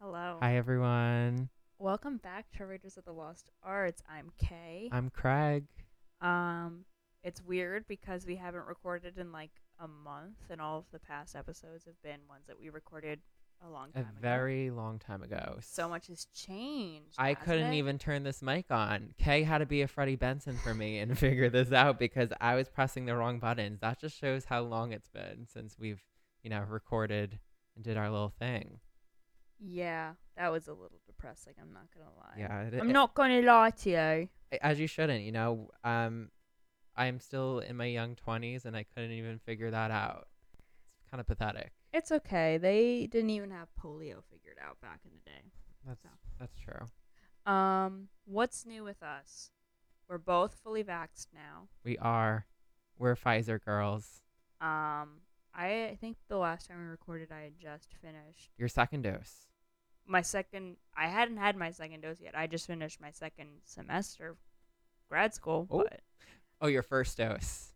Hi, everyone. Welcome back to Raiders of the Lost Arts. I'm Kay. I'm Craig. Um, it's weird because we haven't recorded in like a month, and all of the past episodes have been ones that we recorded a long time A ago. very long time ago. so much has changed. I hasn't couldn't it? even turn this mic on. Kay had to be a Freddie Benson for me and figure this out because I was pressing the wrong buttons. That just shows how long it's been since we've, you know, recorded and did our little thing. Yeah, that was a little depressing. I'm not gonna lie. Yeah. It, I'm not gonna lie to you. as you shouldn't, you know. Um, I'm still in my young 20s and I couldn't even figure that out. It's kind of pathetic. It's okay. They didn't even have polio figured out back in the day. That's So. that's true. Um, what's new with us? We're both fully vaxxed now. We are. We're Pfizer girls. Um, I think the last time we recorded, I had just finished Your second dose. my second. I hadn't had my second dose yet. I just finished my second semester of grad school, Oh. but Oh, your first dose.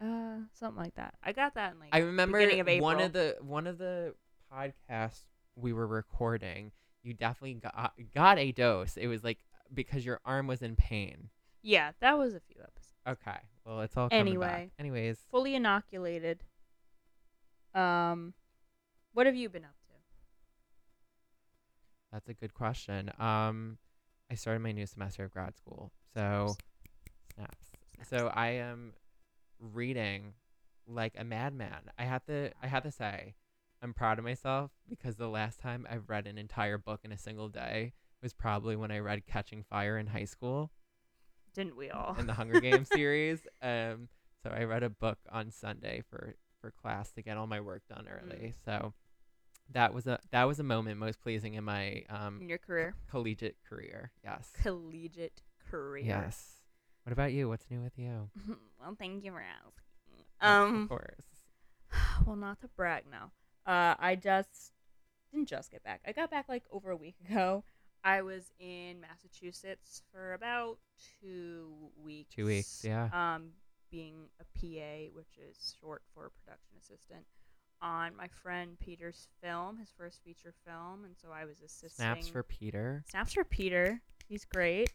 uh, something like that. I got that in like I remember beginning of April. one of the one of the podcasts we were recording. You definitely got got a dose. It was like because your arm was in pain. yeah, that was a few episodes. Okay. Well, it's all coming back. Anyway. Anyways, Fully inoculated. Um, what have you been up to? that's a good question. Um, I started my new semester of grad school, so snaps. So I am reading like a madman. I have to I have to say I'm proud of myself because the last time I've read an entire book in a single day was probably when I read Catching Fire in high school Didn't we all? in the Hunger Games series. Um so I read a book on Sunday for for class to get all my work done early. So that was a that was a moment most pleasing in my um in your career, collegiate career. Yes. collegiate career. Yes. What about you? What's new with you? well, thank you for asking. Yes, Um. of course. well, not to brag now. Uh, I just didn't just get back. I got back like over a week ago. I was in Massachusetts for about two weeks. Two weeks, yeah. Um, being a PA, which is short for production assistant, on my friend Peter's film, his first feature film, and so I was assisting. Snaps for Peter. Snaps for Peter. He's great.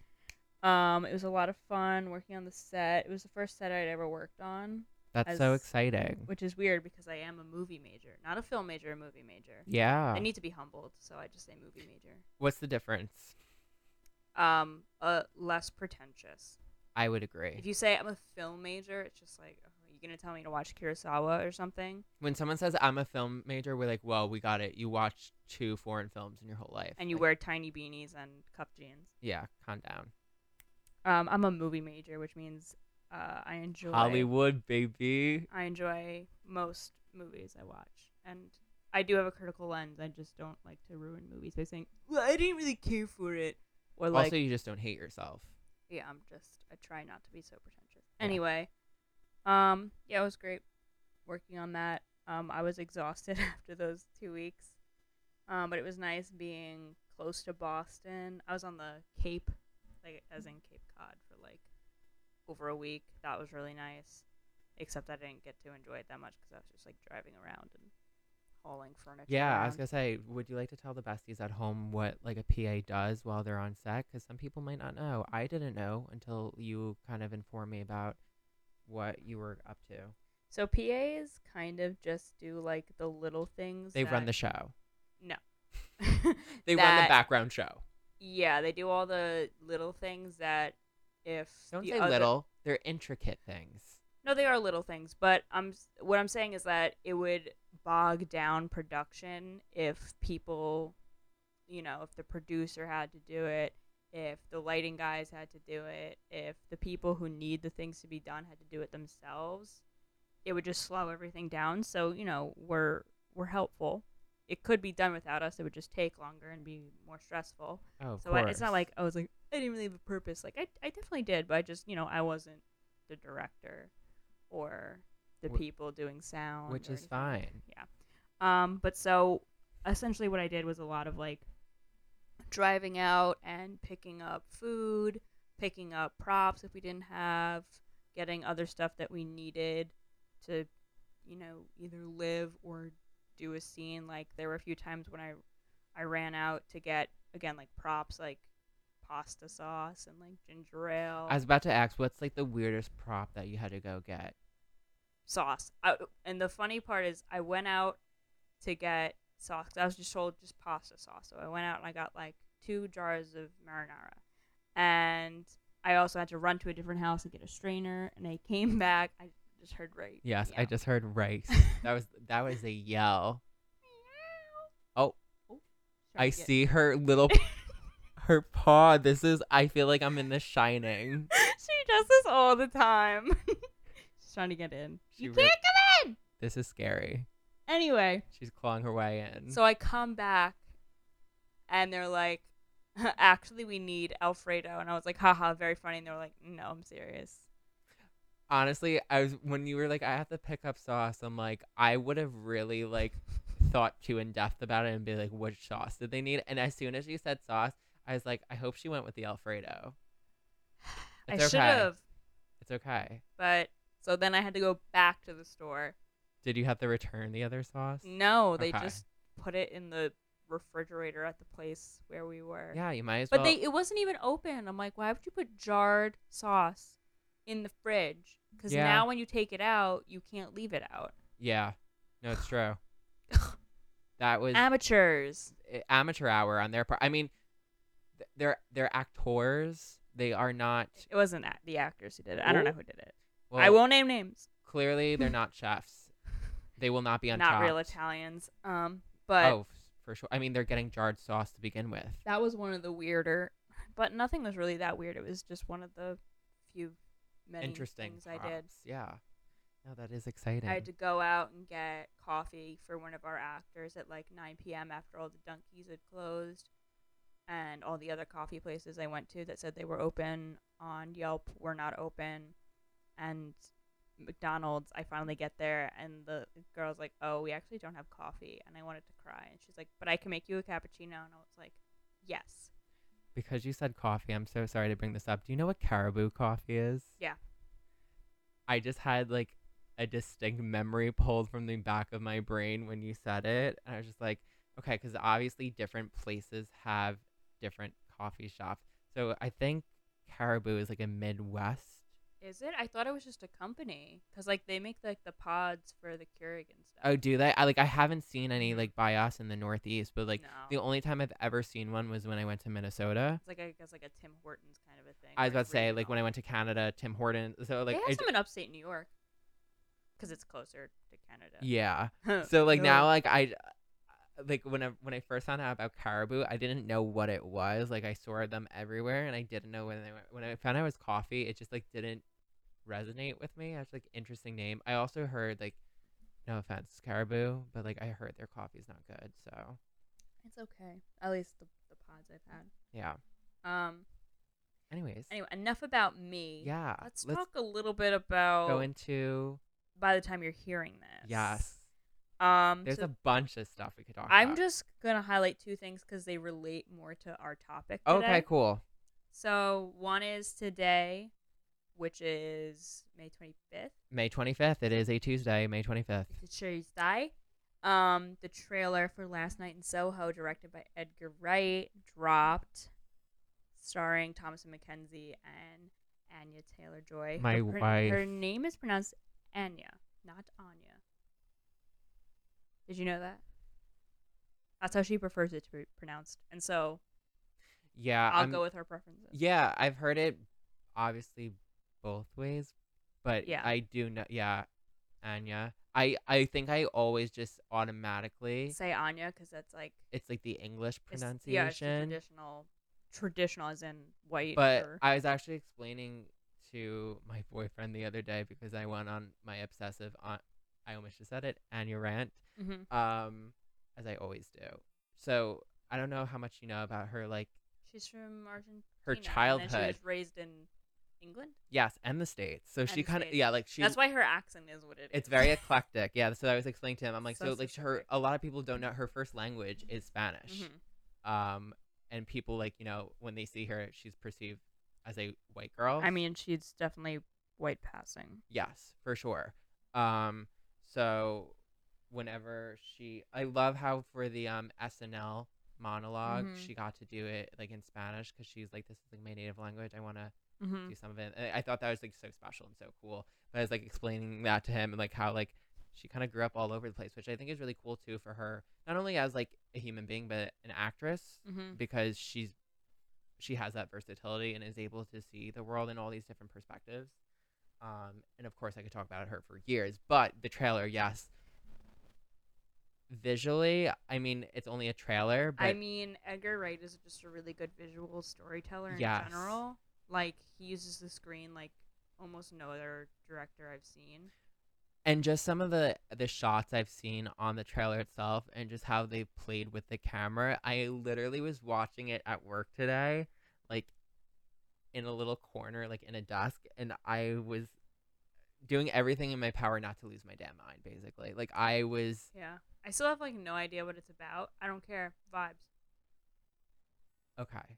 Um, it was a lot of fun working on the set. It was the first set I'd ever worked on That's so as- exciting. which is weird because I am a movie major, not a film major, a movie major. Yeah. I need to be humbled, so I just say movie major. What's the difference? Um, uh, less pretentious. I would agree. If you say I'm a film major, it's just like, oh, are you gonna tell me to watch Kurosawa or something? when someone says I'm a film major, we're like, "Well, we got it. You watched two foreign films in your whole life, And you Like, wear tiny beanies and cup jeans. Yeah, calm down. Um, I'm a movie major, which means uh, I enjoy Hollywood, baby. I enjoy most movies I watch, and I do have a critical lens. I just don't like to ruin movies by saying, "Well, I didn't really care for it," or like, also, you just don't hate yourself. yeah, I'm just I try not to be so pretentious. Yeah. Anyway, um, yeah, it was great working on that. Um, I was exhausted after those two weeks, um, but it was nice being close to Boston. I was on the Cape, like as in Cape Cod, for like over a week. That was really nice. Except I didn't get to enjoy it that much because I was just like driving around and hauling furniture. Yeah, I around. was gonna say, would you like to tell the besties at home what like a PA does while they're on set? Because some people might not know. I didn't know until you kind of informed me about what you were up to. So PAs kind of just do like the little things. They run the that- show. that, They run the background show. Yeah, they do all the little things that if Don't the say other- little. They're intricate things. No, they are little things, but I'm s- what I'm saying is that it would bog down production if people, you know, if the producer had to do it, if the lighting guys had to do it, if the people who need the things to be done had to do it themselves, it would just slow everything down. So, you know, we're we're helpful. It could be done without us. It would just take longer and be more stressful. Oh, of So I, it's course. not like I was like I didn't really have a purpose. Like I, I definitely did, but I just you know I wasn't the director or the Wh- people doing sound, which or is anything. fine. Yeah. Um. But so essentially, what I did was a lot of like driving out and picking up food, picking up props if we didn't have, getting other stuff that we needed to, you know, either live or do a scene. Like there were a few times when I I ran out to get again like props like pasta sauce and like ginger ale I was about to ask, what's like the weirdest prop that you had to go get? sauce. I, and the funny part is, I went out to get sauce. 'cause I was just told just pasta sauce, so I went out and I got like two jars of marinara, and I also had to run to a different house and get a strainer. And I came back. I just heard right. Yes, I meow. just heard rice. that was that was a yell. Oh. Oh, sorry, I get- see her little her paw. This is I feel like I'm in the shining. she does this all the time. She's trying to get in. She you re- can't come in. This is scary. Anyway, She's clawing her way in. So I come back and they're like, actually, we need Alfredo. And I was like, haha, very funny. And they were like, no, I'm serious. honestly, I was when you were like, I have to pick up sauce. I'm like, I would have really like thought too in depth about it and be like, which sauce did they need? And as soon as you said sauce, I was like, I hope she went with the Alfredo. It's I okay. should have. It's okay. But so then I had to go back to the store. Did you have to return the other sauce? No, they Okay. just put it in the refrigerator at the place where we were. Yeah, you might as But well. they it wasn't even open. I'm like, why would you put jarred sauce in the fridge? Because Yeah. now when you take it out, you can't leave it out. Yeah, no, it's true. that was Amateurs. uh, amateur hour on their part. I mean, th- they're they're actors. They are not. It wasn't a- the actors who did it. I don't Ooh. know who did it. Well, I won't name names. Clearly, they're not chefs. They will not be on Not top. real Italians. Um, but oh, f- for sure. I mean, they're getting jarred sauce to begin with. that was one of the weirder. But nothing was really that weird. It was just one of the few many Interesting. things I did. props. Yeah. No, that is exciting. I had to go out and get coffee for one of our actors at like 9 p.m. after all the Dunkies had closed, and all the other coffee places I went to that said they were open on Yelp were not open, and McDonald's. I finally get there, and the girl's like, "Oh, we actually don't have coffee," and I wanted to cry, and she's like, "But I can make you a cappuccino," and I was like, "Yes." Because you said coffee, I'm so sorry to bring this up. Do you know what caribou coffee is? Yeah. I just had like a distinct memory pulled from the back of my brain when you said it. And I was just like, okay, because obviously different places have different coffee shops. So I think caribou is like a Midwest. Is it? I thought it was just a company because like they make like the pods for the Keurig and stuff. Oh, do they? I like I haven't seen any like by us in the Northeast, but like Mm-hmm. No. the only time I've ever seen one was when I went to Minnesota. It's like I guess like a Tim Hortons kind of a thing. I where was about it's to say, regional. like when I went to Canada, Tim Hortons. So like, they have I j- some in upstate New York because it's closer to Canada. yeah. Yeah. So like now, uh like I, like when I when I first found out about Caribou, I didn't know what it was. Like I saw them everywhere, and I didn't know when they went. When I found out it was coffee, it just like didn't resonate with me. I was like, interesting name. I also heard like, no offense, Caribou, but like I heard their coffee's not good. So it's okay. At least the, the pods I've had. yeah. Um. Anyways, Anyway, enough about me. yeah. Let's, talk a little bit about go into by the time you're hearing this. yes. Um. There's so a bunch of stuff we could talk. I'm about. just gonna highlight two things because they relate more to our topic. okay. today. Cool. So one is today, which is May 25th. May 25th. It is a Tuesday, May 25th. It's a Tuesday. Um, the trailer for Last Night in Soho, directed by Edgar Wright, dropped, starring Thomason McKenzie and Anya Taylor Joy. My her, pr- wife. Her name is pronounced Anya, not Anya. Did you know that? That's how she prefers it to be pronounced, and so Yeah. I'll I'm- go with her preferences. Yeah, I've heard it obviously both ways, but Yeah. I do know. Yeah, Anya. I I think I always just automatically Say Anya because that's like it's like the English it's- yeah, it's the pronunciation. traditional, traditional as in white. but or, I was actually explaining to my boyfriend the other day because I went on my obsessive on. I almost just said it. Anya rant. Mhm. Um, as I always do. So I don't know how much you know about her, like she's from Argentina. her and then childhood. she was raised in England. Yes, and the states. So she the kind of States. yeah, like she. That's why her accent is what it is. It's very eclectic. Yeah, so I was explaining to him. I'm like, So so, like her specific. a lot of people don't know her first language is Spanish. Mhm. Um and people like, you know, when they see her, she's perceived as a white girl. I mean, she's definitely white passing. yes, for sure. Um so whenever she I love how for the um SNL monolog Mhm. she got to do it like in Spanish because she's like, this is like my native language. I want to hmm do some of it. I- I thought that was like so special and so cool. But I was like explaining that to him and like how like she kind of grew up all over the place, which I think is really cool too for her, not only as like a human being but an actress hmm because she's she has that versatility and is able to see the world in all these different perspectives. Um, and of course, I could talk about her for years, but the trailer, yes. Visually, I mean, it's only a trailer, but I mean, Edgar Wright is just a really good visual storyteller in Yes. general. Like he uses the screen like almost no other director I've seen. and just some of the the shots I've seen on the trailer itself, and just how they played with the camera. I literally was watching it at work today, like in a little corner, like in a desk, and I was doing everything in my power not to lose my damn mind. Basically, like I was. Yeah, I still have like no idea what it's about. I don't care. Vibes, Okay.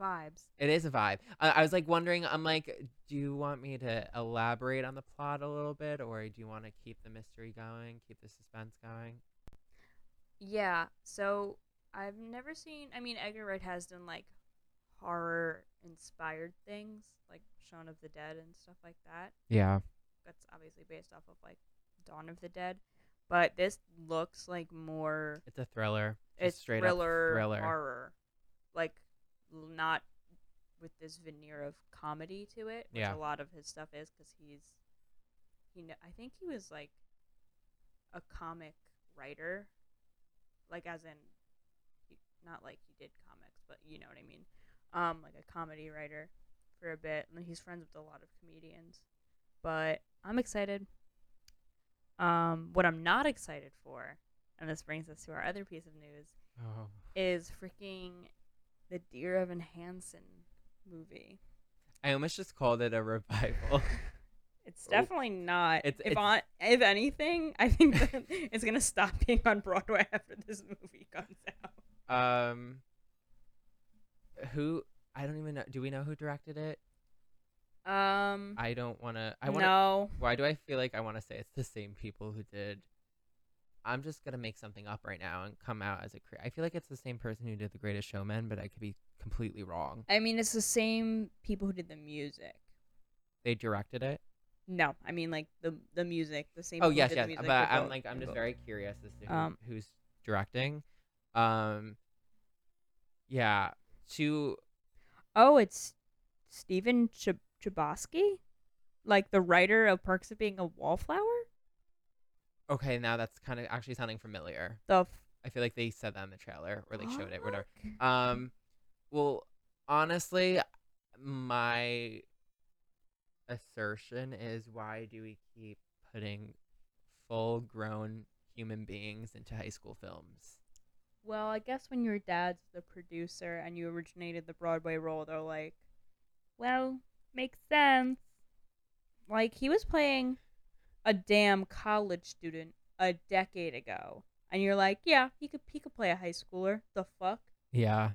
vibes. It is a vibe. I, I was like wondering, I'm like, do you want me to elaborate on the plot a little bit or do you want to keep the mystery going, keep the suspense going? Yeah. So I've never seen. I mean, Edgar Wright has done like horror inspired things, like Shaun of the Dead and stuff like that. Yeah. That's obviously based off of like Dawn of the Dead, but this looks like more It's a thriller. Just it's straight thriller, up thriller. horror, like l- not with this veneer of comedy to it, which Yeah. a lot of his stuff is because he's he kn- I think he was like a comic writer, like as in he- not like he did comics, but you know what I mean, um, like a comedy writer for a bit, and he's friends with a lot of comedians. But I'm excited. Um, what I'm not excited for, and this brings us to our other piece of news, Oh. is freaking the Dear Evan Hansen movie. I almost just called it a revival. It's Oh. definitely not. It's- if it's- on, if anything, I think that it's gonna stop being on Broadway after this movie comes out. um who I don't even know do we know who directed it? Um, I don't want to I want to no. Why do I feel like I want to say it's the same people who did? I'm just gonna make something up right now and come out as a cre I feel like it's the same person who did The Greatest Showman, but I could be completely wrong. I mean, it's the same people who did the music. They directed it. No, I mean like the the music, the same. Oh people who yes, did the yes. music But for I'm both- like, I'm for just both. very curious as to who, Um, who's directing. Um. Yeah. To Oh, it's Stephen Chb- Chbosky, like the writer of Perks of Being a Wallflower. okay, now that's kind of actually sounding familiar. The f- I feel like they said that in the trailer or they showed it, whatever. fuck? Um, well, honestly, my assertion is why do we keep putting full grown human beings into high school films? Well, I guess when your dad's the producer and you originated the Broadway role, they're like, well, makes sense. Like, he was playing a damn college student a decade ago. And you're like, yeah, he could he could play a high schooler. The fuck? Yeah.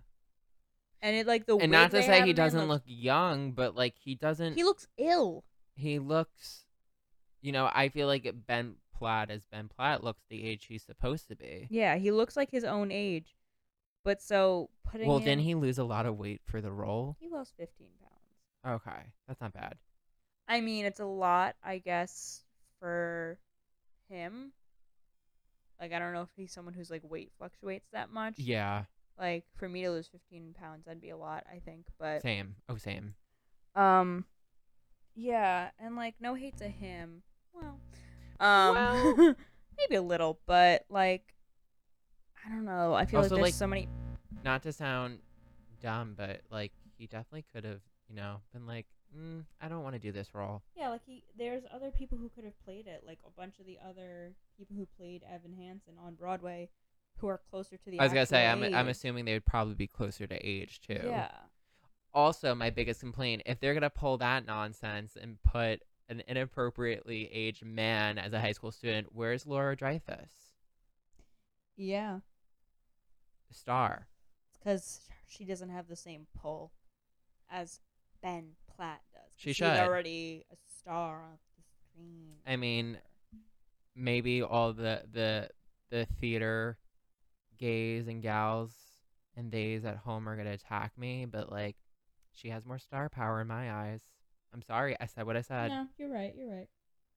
And it like the And wig not to they have say him he in doesn't looks- look young, but like he doesn't he looks ill. he looks you know, I feel like Ben Platt as Ben Platt looks the age he's supposed to be. Yeah, he looks like his own age. But so putting Well, him, didn't he lose a lot of weight for the role? he lost fifteen pounds. Okay. That's not bad. I mean, it's a lot, I guess, for him. Like, I don't know if he's someone who's like weight fluctuates that much. Yeah. Like, for me to lose 15 pounds, that'd be a lot, I think. But, Same. Oh same. um, yeah, and like, no hate to him. Well, um, Well. maybe a little, but like, I don't know. I feel Also, like there's like- so many. not to sound dumb, but like he definitely could have, you know, been like, mm, I don't want to do this role. Yeah, like he, there's other people who could have played it, like a bunch of the other people who played Evan Hansen on Broadway, who are closer to the. I was gonna say, I'm actual I'm age. assuming they would probably be closer to age too. Yeah, Also, my biggest complaint, if they're gonna pull that nonsense and put an inappropriately aged man as a high school student, where's Laura Dreyfus, yeah, star? because she doesn't have the same pull as Ben Platt does. 'cause She she's should. already a star on the screen. uh, I mean, maybe all the the the theater gays and gals and theys at home are gonna attack me, but like she has more star power in my eyes. I'm sorry, I said what I said. no, you're right. You're right.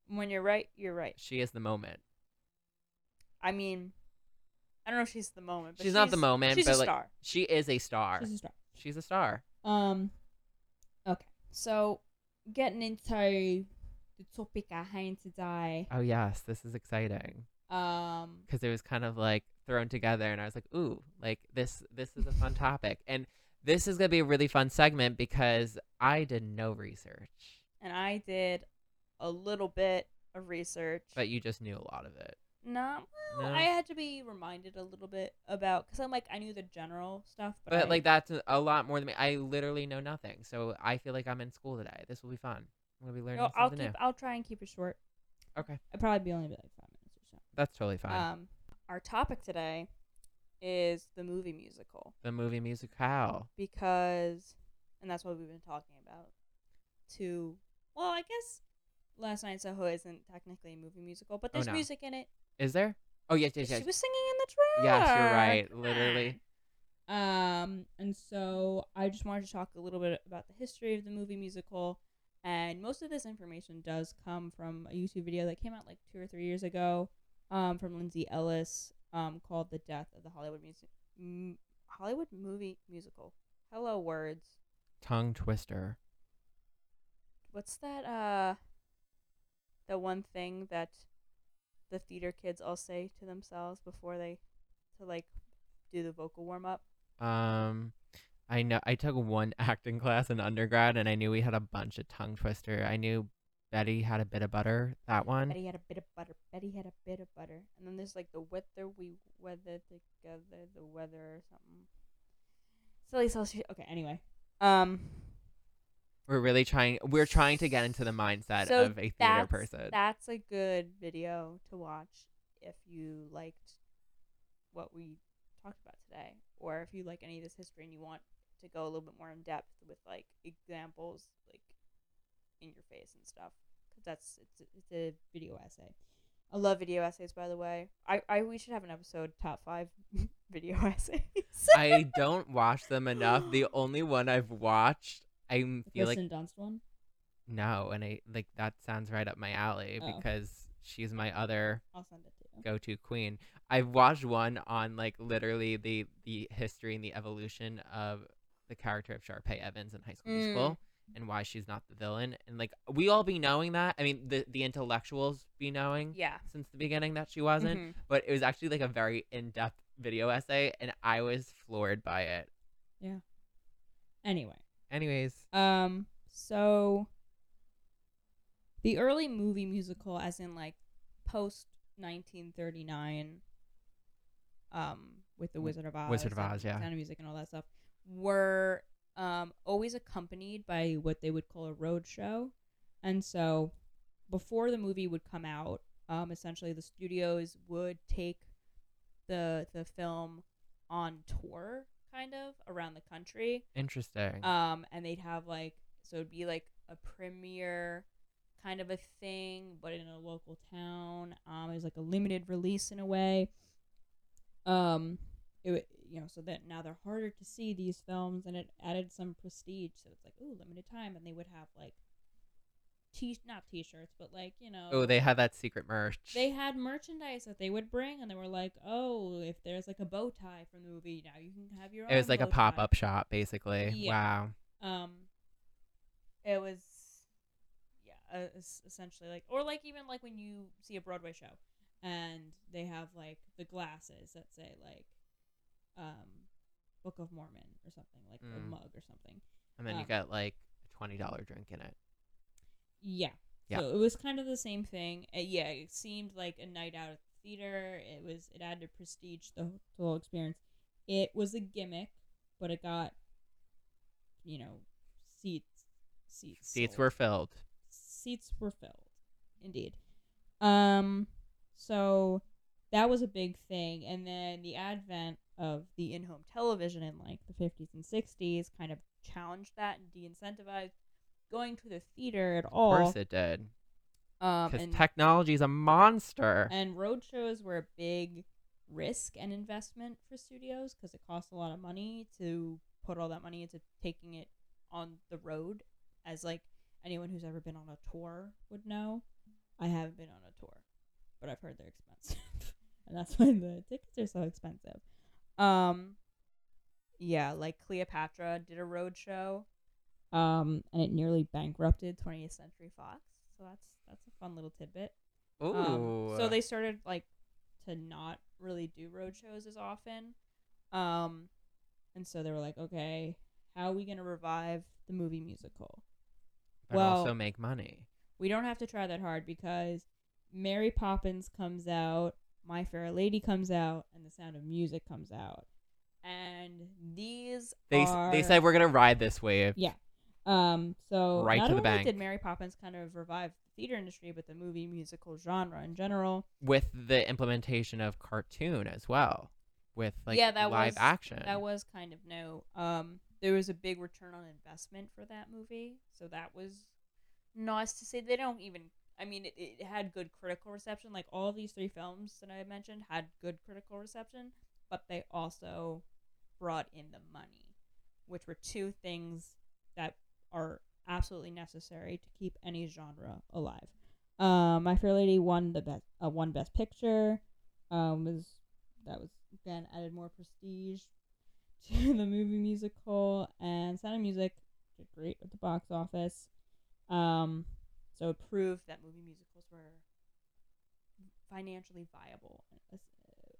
When you're right, you're right. She is the moment. I mean, I don't know if she's the moment. But She's not the moment, She's but, a like- star. She is a star. She's a star. She's a star. Um, okay. So getting into the topic at hand today. Oh yes, this is exciting Um, because it was kind of like thrown together, and I was like, ooh, like this this is a fun topic, and this is gonna be a really fun segment because I did no research, And I did a little bit of research. but you just knew a lot of it. no, well, No? I had to be reminded a little bit about because I'm like I knew the general stuff, but, But, I- like that's a- a lot more than me. I literally know nothing, so I feel like I'm in school today. This will be fun. I'm gonna be learning no, something I'll keep. new. I'll try and keep it short. Okay. I'll probably be only be like five minutes or so. That's totally fine. Um, our topic today is the movie musical the movie musical. because, and that's what we've been talking about. To well, I guess last night in Soho isn't technically a movie musical, but Oh, there's no. music in it. Is there? Oh yes, yes, yes. She was singing in the trailer. Yes, you're right. Come Literally. Um, and so I just wanted to talk a little bit about the history of the movie musical. And most of this information does come from a YouTube video that came out like two or three years ago um, from Lindsay Ellis um, called The Death of the Hollywood Music M- Hollywood movie musical. Hello words. Tongue twister. What's that uh the one thing that the theater kids all say to themselves before they to like do the vocal warm up? Um, I know I took one acting class in undergrad, and I knew we had a bunch of tongue twister. I knew Betty had a bit of butter. That one. Betty had a bit of butter. Betty had a bit of butter. And then there's like the whether we weather together, the weather or something. Silly Celsius. Okay, anyway. Um We're really trying. We're trying to get into the mindset So of a theater that's, person. That's a good video to watch if you liked what we talked about today, or if you like any of this history and you want to go a little bit more in depth with like examples, like in your face and stuff. Because that's it's a, it's a Video essay. I love video essays, by the way. I, I we should have an episode top five video essays. I don't watch them enough. The only one I've watched, I The feel Kristen like Dunst one. no, and I like that sounds right up my alley Oh. because she's my other I'll send it to you. go to queen. I've watched one on like literally the the history and the evolution of the character of Sharpay Evans in High School Mm. Musical and why she's not the villain. And like we all be knowing that. I mean, the the intellectuals be knowing yeah. since the beginning that she wasn't. Mhm. But it was actually like a very in depth video essay, and I was floored by it. Anyway. Anyways, Um, so the early movie musical, as in like post 1939, um, with The W- Wizard of Oz, Mm, Wizard of and Oz, yeah. Sound of Music, and all that stuff, were um, always accompanied by what they would call a road show. And so before the movie would come out, um, essentially the studios would take the the film on tour kind of around the country interesting. um, and they'd have like so it'd be like a premiere kind of a thing, but in a local town. Um, it was like a limited release in a way. Um, it wa- you know so that now they're harder to see these films, and it added some prestige. So it's like ooh, limited time, and they would have like t not t-shirts, but like you know oh, they had that secret merch. Um, they had merchandise that they would bring, and they were like, "Oh, if there's like a bow tie from the movie, now you can have your own." it was like a bow tie." pop up shop, basically. Yeah. Wow. um it was yeah uh, es- essentially like or like even like when you see a broadway show and they have like the glasses that say like um book of mormon or something like a Mm. mug or something And then you Um, got like a twenty dollar drink in it. yeah Yeah. so it was kind of the same thing Uh, yeah it seemed like a night out at the theater it was it added prestige to the whole experience it was a gimmick but it got you know seats seats Seats sold. were filled. seats were filled. Indeed. Um, so that was a big thing, and then the advent of the in-home television in like the fifties and sixties kind of challenged that and de-incentivized going to the theater at all. Of course it did. um, Because and technology's a monster. and road shows were a big risk and investment for studios because it costs a lot of money to put all that money into taking it on the road as like anyone who's ever been on a tour would know i haven't been on a tour but i've heard they're expensive and that's why the tickets are so expensive um yeah like cleopatra did a road show um and it nearly bankrupted 20th century fox so that's that's a fun little tidbit Ooh. um, so they started like to not really do road shows as often. Um, and so they were like, okay, how are we going to revive the movie musical? but also well- make money. We don't have to try that hard because Mary Poppins comes out, My Fair Lady comes out, and The Sound of Music comes out. And these They s are, they said we're gonna ride this wave. Yeah. um so Right not to the only bank. did Mary Poppins kind of revive the theater industry, but the movie musical genre in general. with the implementation of cartoon as well, with like Yeah, that live was- action. That was kind of new. Um, there was a big return on investment for that movie, so that was nice to see. They don't even. I mean, it, it had good critical reception. Like all these three films that I mentioned had good critical reception, but they also brought in the money, which were two things that are absolutely necessary to keep any genre alive. Um, My Fair Lady won the best, uh, won Best Picture. Um, was that was then added more prestige to the movie musical and Sound of Music did great at the box office. Um, so it proved that movie musicals were financially viable and-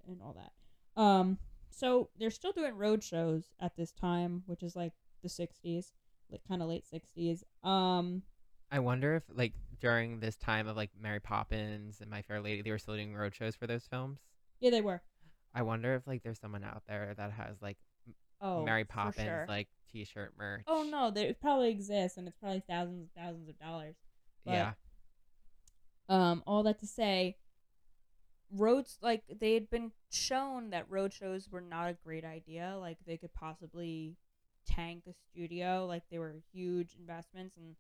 and all that. Um, so they're still doing road shows at this time, which is like the 60s, like kind of late 60s. Um, I wonder if like during this time of like Mary Poppins and My Fair Lady, they were still doing road shows for those films. yeah, they were. I wonder if like there's someone out there that has like Oh, Mary for Poppins sure. like T-shirt merch. Oh no, they, it probably exists, and it's probably thousands and thousands of dollars. but- yeah, um, all that to say, roads like they had been shown that road shows were not a great idea. Like they could possibly tank a studio. Like they were huge investments, and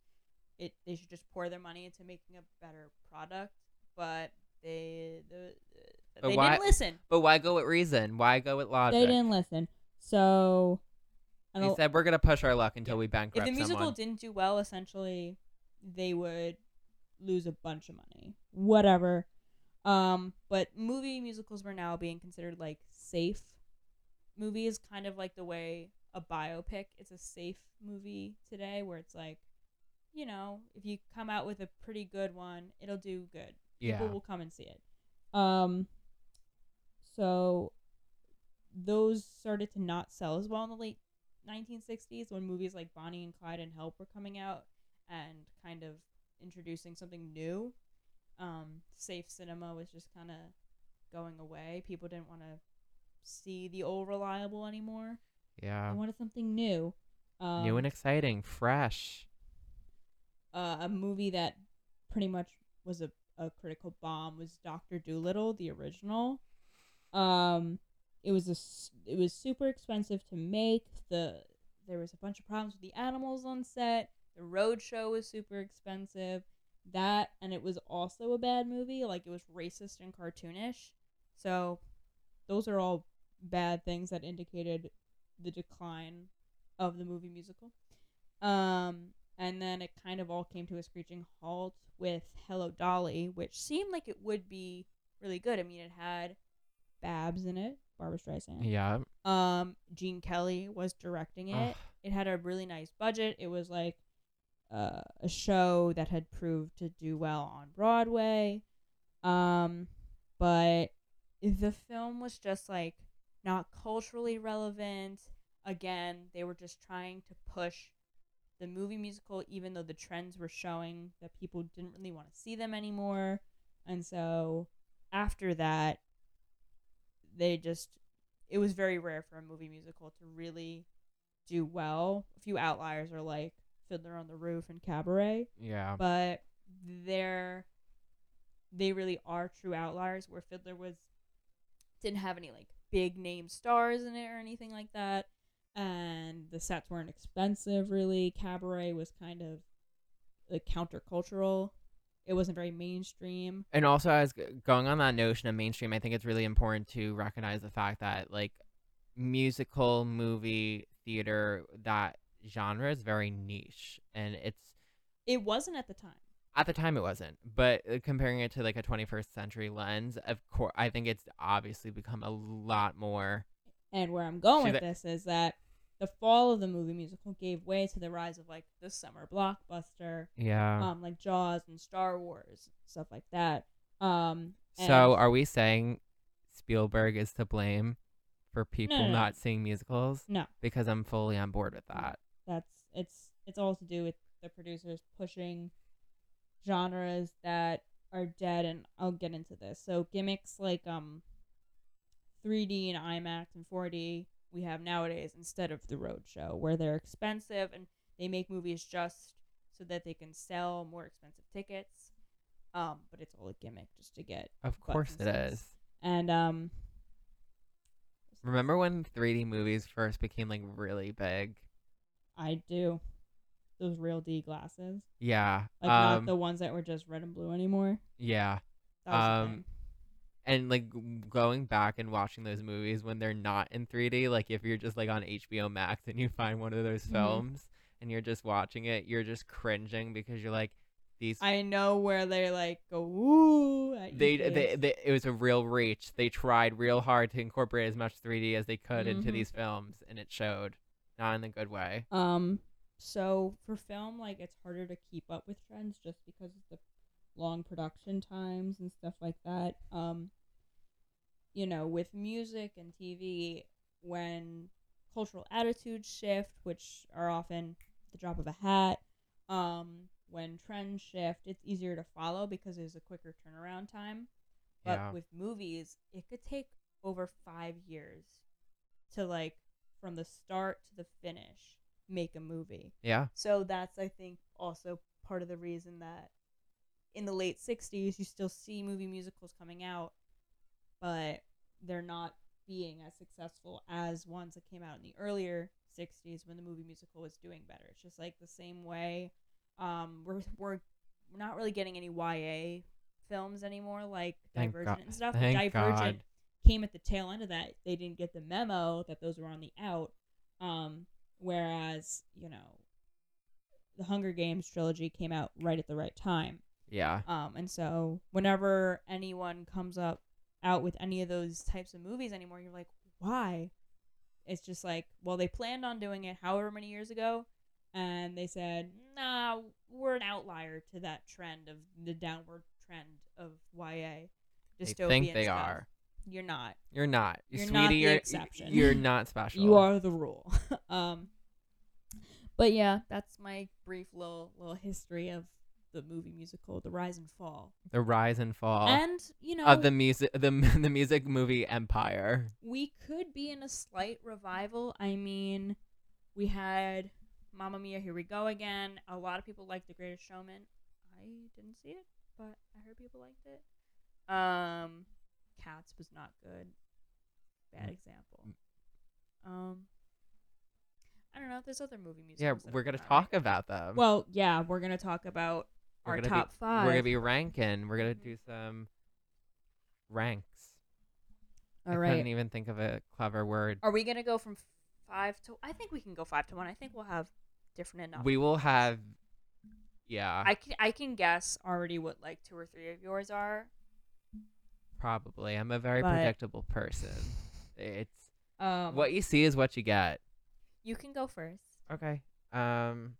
it they should just pour their money into making a better product. But they the, But they why- didn't listen. but why go with reason? Why go with logic? They didn't listen. So, and They a- said we're gonna push our luck until we if bankrupt the musical someone. didn't do well, essentially, they would lose a bunch of money. Whatever. Um, but movie musicals were now being considered like safe. Movie is kind of like the way a biopic is a safe movie today, where it's like, you know, if you come out with a pretty good one, it'll do good. yeah, People will come and see it. Um, so those started to not sell as well in the late 1960s when movies like Bonnie and Clyde and Help were coming out and kind of introducing something new. Um, safe cinema was just kind of going away. People didn't want to see the old reliable anymore. yeah, they wanted something new. Um, new and exciting, fresh. uh, a movie that pretty much was a, a critical bomb was Doctor Doolittle, the original. Um, it was a s it was super expensive to make. The there was a bunch of problems with the animals on set. The road show was super expensive. That and it was also a bad movie. Like it was racist and cartoonish. So those are all bad things that indicated the decline of the movie musical. Um, and then it kind of all came to a screeching halt with Hello Dolly, which seemed like it would be really good. I mean, it had Babs in it, Barbara Streisand. Yeah, Um, Gene Kelly was directing it. Ugh. It had a really nice budget. It was like uh, a show that had proved to do well on Broadway. Um, but the film was just like not culturally relevant. Again, they were just trying to push the movie musical, even though the trends were showing that people didn't really want to see them anymore. And so after that, they just, it was very rare for a movie musical to really do well. A few outliers are like Fiddler on the Roof and Cabaret, yeah. but they're, they really are true outliers where Fiddler was, didn't have any like big name stars in it or anything like that. And the sets weren't expensive really. Cabaret was kind of like countercultural it wasn't very mainstream. And also, as g- going on that notion of mainstream, I think it's really important to recognize the fact that like musical, movie, theater, that genre is very niche, and it's It wasn't at the time. at the time it wasn't. But uh, comparing it to like a 21st century lens, of course, I think it's obviously become a lot more. And where I'm going See with that- this is that the fall of the movie musical gave way to the rise of like the summer blockbuster, Yeah. um, like Jaws and Star Wars, stuff like that. Um, and- so, are we saying Spielberg is to blame for people no, no. not seeing musicals? No. Because I'm fully on board with that. that's it's it's all to do with the producers pushing genres that are dead and I'll get into this. So gimmicks like um 3D and IMAX and 4D we have nowadays instead of the roadshow where they're expensive and they make movies just so that they can sell more expensive tickets. Um, but it's all a gimmick just to get Of But course it since- is. and um Remember when 3D movies first became like really big? I do those real D glasses. Yeah. Like um, not the ones that were just red and blue anymore. yeah. That was a Um, thing. And like g- going back and watching those movies when they're not in 3D, like if you're just like on HBO Max and you find one of those Mhm. films and you're just watching it, you're just cringing because you're like these I know where they like go ooh. at E your they, they face. they it was a real reach. They tried real hard to incorporate as much 3D as they could into Mhm. these films and it showed not in a good way. um so for film like it's harder to keep up with trends just because of the long production times and stuff like that. Um you know, with music and TV when cultural attitudes shift, which are often the drop of a hat, um when trends shift, it's easier to follow because there's a quicker turnaround time. But yeah. with movies, it could take over five years to like from the start to the finish make a movie. Yeah. So that's I think also part of the reason that in the late sixties you still see movie musicals coming out, but they're not being as successful as ones that came out in the earlier sixties when the movie musical was doing better. It's just like the same way um we're we're we're not really getting any YA films anymore, like Thank Divergent God- and stuff. thank Divergent God. came at the tail end of that. They didn't get the memo that those were on the out. Um, whereas, you know, the Hunger Games trilogy came out right at the right time. Yeah. Um, and so whenever anyone comes up out with any of those types of movies anymore, you're like, why? It's just like, well, they planned on doing it however many years ago, and they said, nah, we're an outlier to that trend of the downward trend of YA They dystopian. think they stuff. are. You're not. You're not. You're Sweetie, not the you're, y- exception. You're not special. You are the rule. um, but yeah, that's my brief little little history of the movie musical, the rise and fall, the rise and fall and you know, of the music the the music movie empire. we could be in a slight revival. I mean, we had Mamma Mia, Here We Go Again. A lot of people liked The Greatest Showman. I didn't see it, but I heard people liked it. Um, Cats was not good. Bad Mm. example. Um, I don't know. There's other movie music. Yeah, we're gonna talk about them. Well, yeah, we're gonna talk about We're our gonna be- top five. We're gonna be ranking. We're gonna Mhm. do some ranks. All I couldn't right. even think of a clever word. Are we gonna go from five to? I think we can go five to one. I think we'll have different enough. We will have. Yeah, I can I can guess already what like two or three of yours are. probably. I'm a very But- predictable person. It's Um, what you see is what you get. You can go first. Okay. Um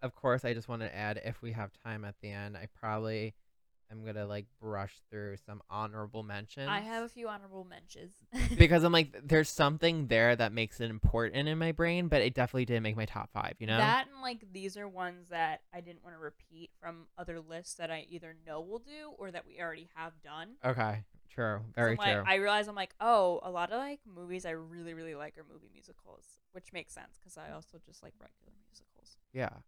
of course I just want to add if we have time at the end, I probably am going to like brush through some honorable mentions. I have a few honorable mentions. because I'm like there's something there that makes it important in my brain, but it definitely didn't make my top 5, you know? That and like these are ones that I didn't want to repeat from other lists that I either know we'll do or that we already have done. okay. True. 'Cause Very I'm like- true. I realize I'm like, oh, a lot of like movies I really, really like are movie musicals, which makes sense because I also just like regular musicals. yeah.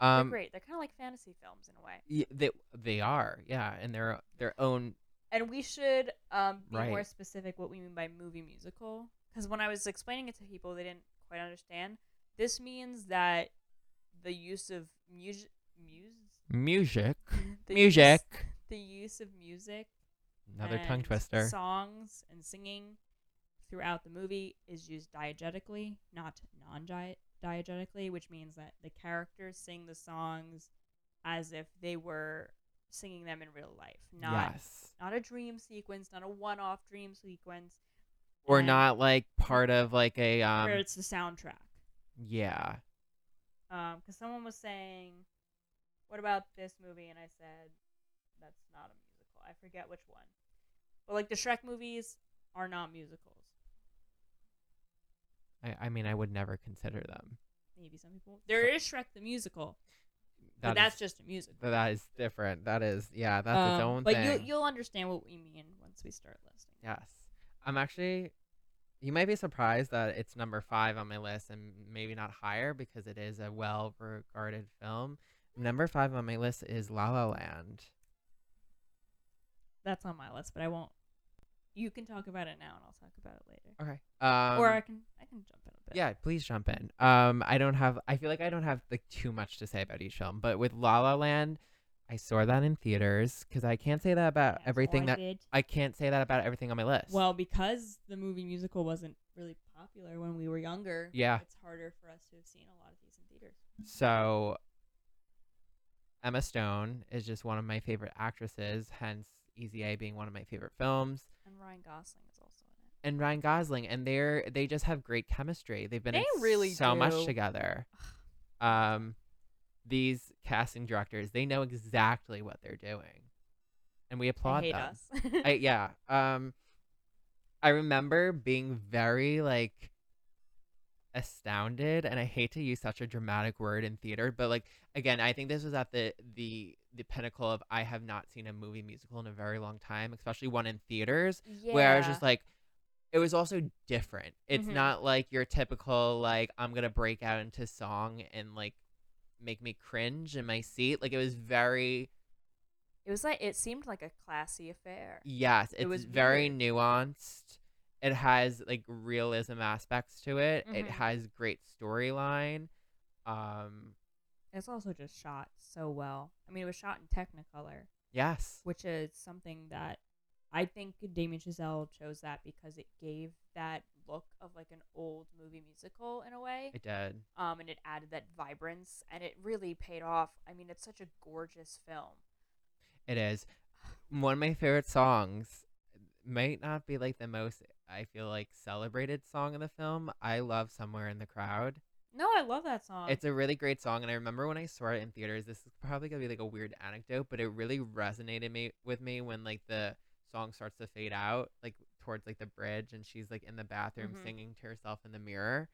They're Um great. They're kind of like fantasy films in a way. y- they they are. Yeah, and their their own And we should um, be more Right. specific what we mean by movie musical because when I was explaining it to people, they didn't quite understand. This means that the use of music, muse, music, The music. use- the use of music Another tongue and twister. Songs and singing throughout the movie is used diegetically, not non diegetically, which means that the characters sing the songs as if they were singing them in real life, not yes. not a dream sequence, not a one off dream sequence, Or and- not like part of like a where um. it's the soundtrack. Yeah. Um, because someone was saying, "What about this movie?" and I said, "That's not a musical." I forget which one, but like the Shrek movies are not musicals. I, I mean, I would never consider them. maybe some people. There is Shrek the musical, but That that's is- just a musical. th- that is different. That is yeah. That's its Um, own but thing. you you'll understand what we mean once we start listing. Yes. I'm actually you might be surprised that it's number 5 on my list and maybe not higher because it is a well-regarded film. Number 5 on my list is La La Land. That's on my list, but I won't. You can talk about it now, and I'll talk about it later, Okay. Um or I can I can jump in a bit. yeah, please jump in. Um I don't have I feel like I don't have like too much to say about each film, but with La La Land I saw that in theaters cuz I can't say that about Yes, everything or that did. I can't say that about everything on my list. Well, because the movie musical wasn't really popular when we were younger. Yeah. it's harder for us to have seen a lot of these in theaters. So Emma Stone is just one of my favorite actresses, hence Easy A being one of my favorite films. And Ryan Gosling is also in it. And Ryan Gosling, and they're they just have great chemistry. They've been in They really so much do. together. Um, these casting directors, they know exactly what they're doing, and we applaud I hate them. us. I yeah. Um I remember being very like astounded and I hate to use such a dramatic word in theater, but like again, I think this was at the the the pinnacle of I have not seen a movie musical in a very long time, especially one in theaters yeah. where I was just like it was also different. It's Mhm. not like your typical like I'm going to break out into song and like make me cringe in my seat. Like it was very It was like it seemed like a classy affair. Yes, it's was very weird. nuanced. It has like realism aspects to it. It Mhm. has great storyline. Um It's also just shot so well. I mean, it was shot in Technicolor, yes. which is something that I think Damien Chazelle chose that because it gave that look of like an old movie musical in a way. It did. Um, and it added that vibrance, and it really paid off. I mean, it's such a gorgeous film. It is. One of my favorite songs might not be like the most I feel like celebrated song in the film. I love Somewhere in the Crowd. No, I love that song. It's a really great song, and I remember when I saw it in theaters. This is probably gonna be like a weird anecdote, but it really resonated me with me when like the song starts to fade out, like towards like the bridge, and she's like in the bathroom Mhm. singing to herself in the mirror.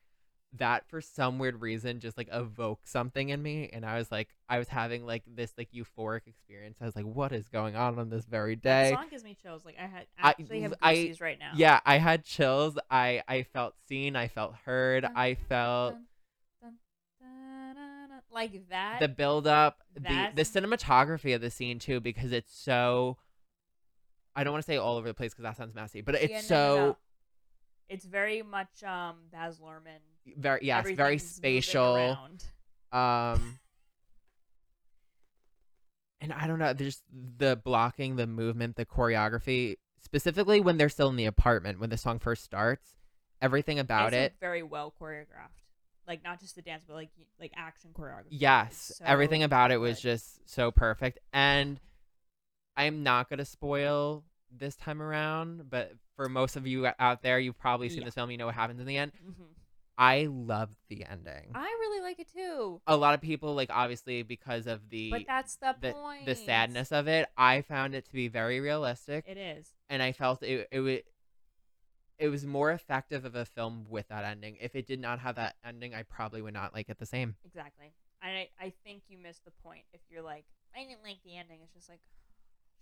That for some weird reason just like evoked something in me, and I was like, I was having like this like euphoric experience. I was like, what is going on on this very that day? song gives me chills. Like I had I- actually have I- goosies right now. Yeah, I had chills. I I felt seen. I felt heard. Dun, I dun, felt dun, dun, dun, dun, dun. like that. the build up, the the that's- cinematography of the scene too, because it's so. I don't want to say all over the place because that sounds messy, but it's Yeah, no, so no, no. It's very much um Baz Luhrmann. very yeah, it's very Everything's moving spatial. around. Um, and I don't know, there's the blocking, the movement, the choreography. Specifically, when they're still in the apartment, when the song first starts, everything about It's, like, it. very well choreographed. Like not just the dance, but like y- like action choreography. Yes, It's everything so about it was good. just so perfect. And I'm not going to spoil this time around, but for most of you out there, you've probably seen Yeah. this film, you know what happens in the end. Mhm. I loved the ending. I really like it too, A lot of people like obviously because of but the that's the, the, point. the sadness of it, I found it to be very realistic It is. and I felt it it was it was more effective of a film with that ending. If it did not have that ending, I probably would not like it the same. Exactly. I I think you missed the point if you're like, I didn't like the ending. It's just like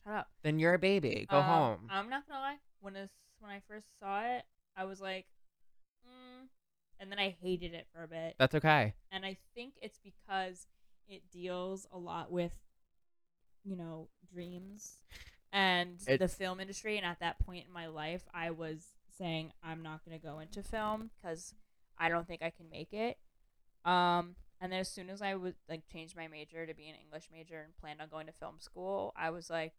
shut up. Then you're a baby. Go Um, home. I'm not gonna lie. When this when I first saw it, I was like, mm, and then I hated it for a bit. That's okay. and I think it's because it deals a lot with, you know, dreams and It- the film industry. And at that point in my life, I was saying I'm not going to go into film because I don't think I can make it. Um, And then as soon as I was like changed my major to be an English major and planned on going to film school, I was like,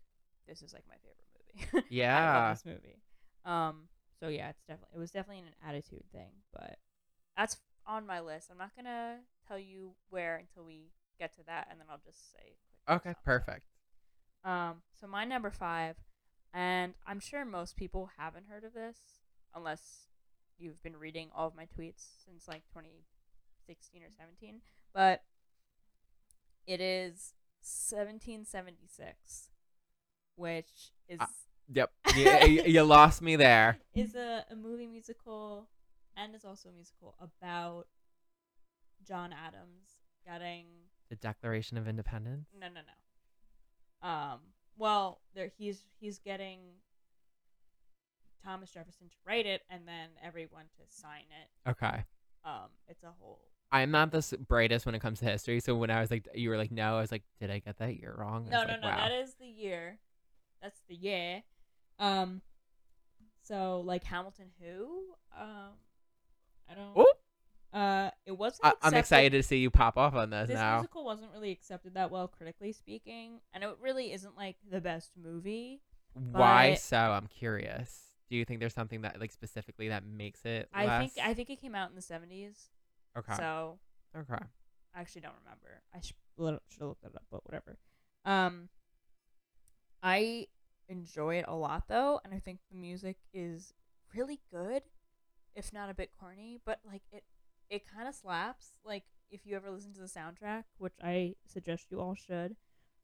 this is like my favorite movie. I Yeah. love this movie. Um, so yeah, it's definitely it was definitely an attitude thing, but that's on my list. I'm not gonna tell you where until we get to that, and then I'll just say. quick Okay, thumbs up. perfect. Um, so my number five, and I'm sure most people haven't heard of this unless you've been reading all of my tweets since like 2016 or 17, but it is 1776, which is Ah. Yep. You, eh, you you lost me there. is a, a movie musical and is also a musical about John Adams getting The Declaration of Independence. no no no. Um well there he's he's getting Thomas Jefferson to write it and then everyone to sign it. Okay. Um it's a whole I'm not the s- brightest when it comes to history, so when I was like, you were like, no, I was like, did I get that year wrong? I No was no like, no wow. that is the year. That's the year. Um so like Hamilton who? Um I don't Ooh, uh it wasn't I- I'm accepted- excited to see you pop off on this, this uh, now. musical wasn't really accepted that well critically speaking and it really isn't like the best movie Why but- so? I'm curious. Do you think there's something that like specifically that makes it? i think less- i think it came out in the 70s Okay. so Okay. i actually don't remember i should have looked that up but whatever um i enjoy it a lot though and i think the music is really good if not a bit corny but like it it kind of slaps like if you ever listen to the soundtrack which i suggest you all should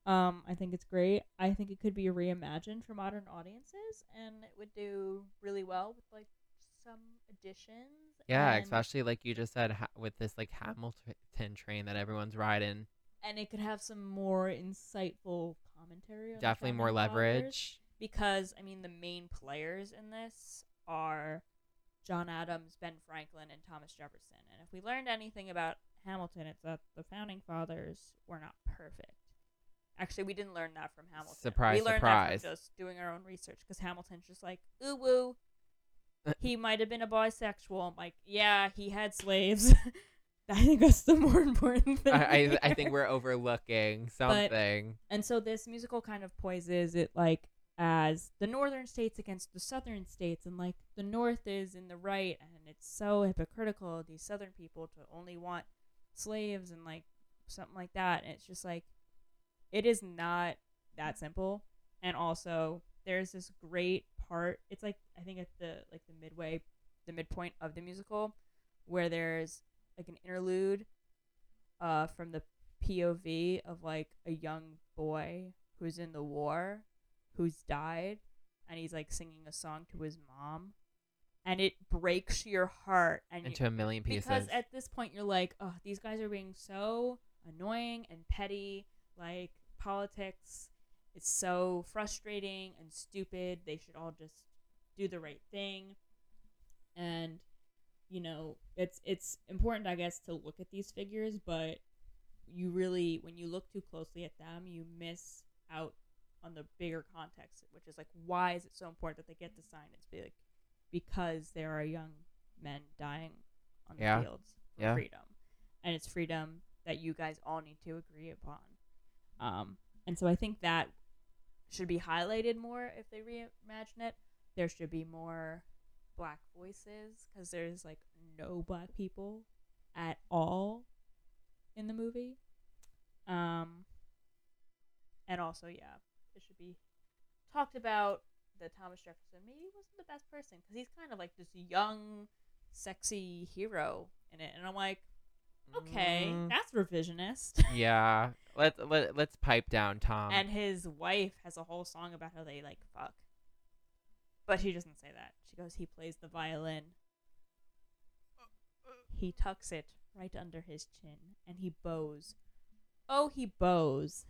um i think it's great i think it could be reimagined for modern audiences and it would do really well with like some additions Yeah, and- especially like you just said ha- with this like Hamilton train that everyone's riding. and it could have some more insightful commentary. On the Definitely more founding fathers, leverage. because I mean the main players in this are John Adams, Ben Franklin, and Thomas Jefferson. And if we learned anything about Hamilton, it's that the founding fathers were not perfect. Actually, we didn't learn that from Hamilton. Surprise, we learned surprise. that from just doing our own research because Hamilton's just like ooh woo. He might have been a bisexual. I'm like, yeah, he had slaves. I think that's the more important thing. I, I I here. think we're overlooking something. And so this musical kind of poises it like as the northern states against the southern states and like the north is in the right and it's so hypocritical of these southern people to only want slaves and like something like that and it's just like it is not that simple and also there's this great part it's like i think at the like the midway the midpoint of the musical where there's like an interlude uh from the POV of like a young boy who's in the war, who's died, and he's like singing a song to his mom, and it breaks your heart. And you- into a million pieces. because at this point you're like, oh, these guys are being so annoying and petty. Like politics, it's so frustrating and stupid. They should all just do the right thing. And you know, it's it's important, I guess, to look at these figures, but you really, when you look too closely at them, you miss out on the bigger context, which is like, why is it so important that they get to sign? It's big because there are young men dying on the Yeah. fields for Yeah. freedom, and it's freedom that you guys all need to agree upon. Um, and so I think that should be highlighted more if they reimagine it. There should be more black voices because there's like no black people at all in the movie. Um, and also, yeah, it should be talked about that Thomas Jefferson maybe wasn't the best person because he's kind of like this young, sexy hero in it. And I'm like, okay, Mm, that's revisionist. yeah. Let let let's pipe down, Tom. and his wife has a whole song about how they like fuck. But she doesn't say that. She goes, he plays the violin. He tucks it right under his chin and he bows. Oh, he bows.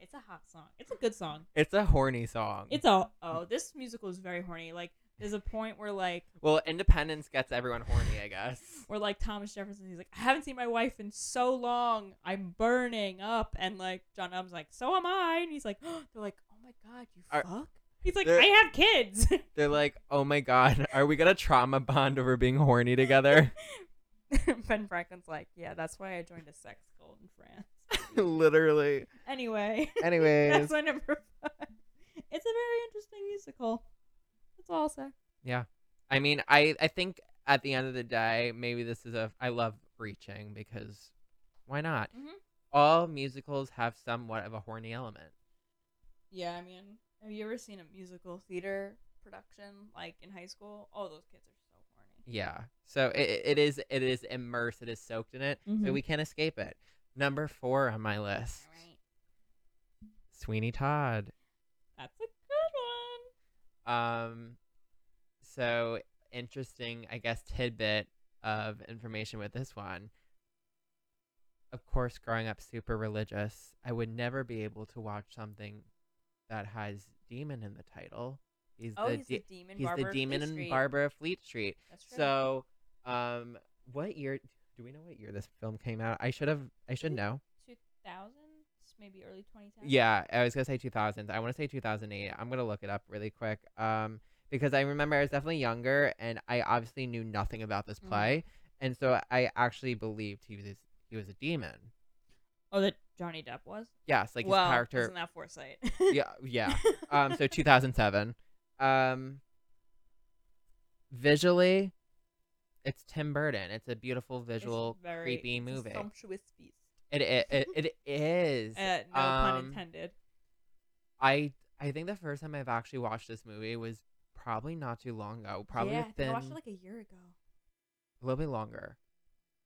It's a hot song. It's a good song. it's a horny song. It's a oh, this musical is very horny. Like there's a point where like well, Independence gets everyone horny, I guess. where like Thomas Jefferson, he's like, I haven't seen my wife in so long. I'm burning up, and like John Adams, like, so am I, and he's like, they're like, oh my god, you Are- fuck. He's like, They're- I have kids. They're like, oh my god, are we gonna trauma bond over being horny together? ben Franklin's like, yeah, that's why I joined a sex cult in France. Literally. anyway, Anyways. that's my number five. It's a very interesting musical. That's all I'll say. Yeah. I mean, I I think at the end of the day, maybe this is a I love reaching because why not? Mhm. All musicals have somewhat of a horny element. Yeah, I mean, have you ever seen a musical theater production like in high school? All those kids are so horny. Yeah. So it, it is it is immersed, it is soaked in it, so Mhm. we can't escape it. Number 4 on my list. Alright. Sweeney Todd. That's a good Um, so interesting, I guess, tidbit of information with this one. Of course, growing up super religious, I would never be able to watch something that has demon in the title. He's one. Oh, the he's de- the demon. he's barber the of demon Fleet in Street. Barbara of Fleet Street. That's true. So, um, what year do we know what year this film came out? I should have, I should Ooh. know. 2000s, maybe early 2010s. Yeah, I was gonna say 2000s. I want to say 2008. I'm gonna look it up really quick. Um, because I remember I was definitely younger, and I obviously knew nothing about this Mhm. play, and so I actually believed he was he was a demon. Oh, that Johnny Depp was. Yes, like well, his character. Isn't that foresight? Yeah, yeah. Um, so 2007. Um, visually, it's Tim Burton. It's a beautiful It's visual, very- creepy it's a movie. Sumptuous feast. It it it, it is. Uh, no pun Um, intended. I I think the first time I've actually watched this movie was probably not too long ago. Probably yeah, I within think I watched it like a year ago. a little bit longer.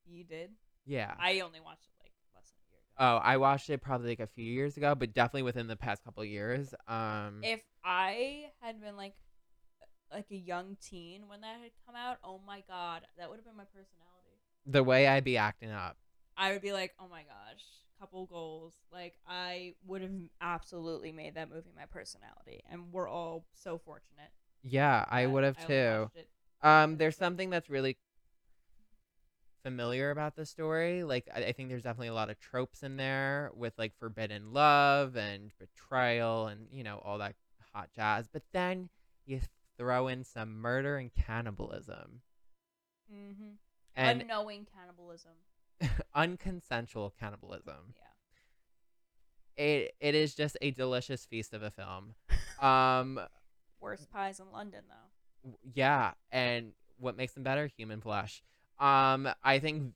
You did. Yeah. I only watched it like less than a year ago. oh, I watched it probably like a few years ago, but definitely within the past couple years. Um, if I had been like like a young teen when that had come out, oh my god, that would have been my personality. the way I'd be acting up. I would be like, oh my gosh, couple goals. Like I would have absolutely made that movie my personality, and we're all so fortunate. Yeah, I that would have only too. watched it- Um, there's but- something that's really familiar about the story. Like I, I think there's definitely a lot of tropes in there with like forbidden love and betrayal and you know all that hot jazz. But then you throw in some murder and cannibalism Mhm. and Unknowing cannibalism. unconsensual cannibalism. Yeah. It it is just a delicious feast of a film. Um, Worst pies in London though. w- yeah, and what makes them better? Human flesh. Um, I think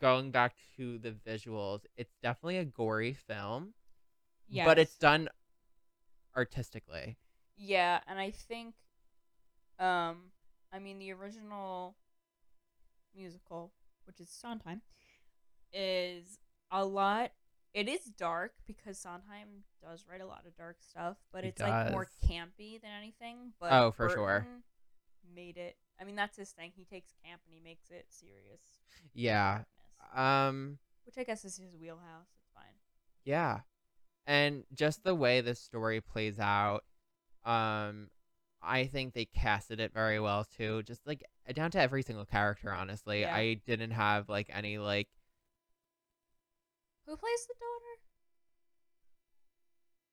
going back to the visuals, it's definitely a gory film, Yeah. but it's done artistically. Yeah, and I think, um, I mean the original musical, which is Sondheim, is a lot. It is dark because Sondheim does write a lot of dark stuff, but He it's like more does. campy than anything. But Oh, for sure. Burton made it. I mean, that's his thing. He takes camp and he makes it serious. Yeah. darkness, Um, which I guess is his wheelhouse. It's fine. yeah. And just the way this story plays out, um, I think they casted it very well too. Just like down to every single character, honestly. Yeah. I didn't have like any like Who plays the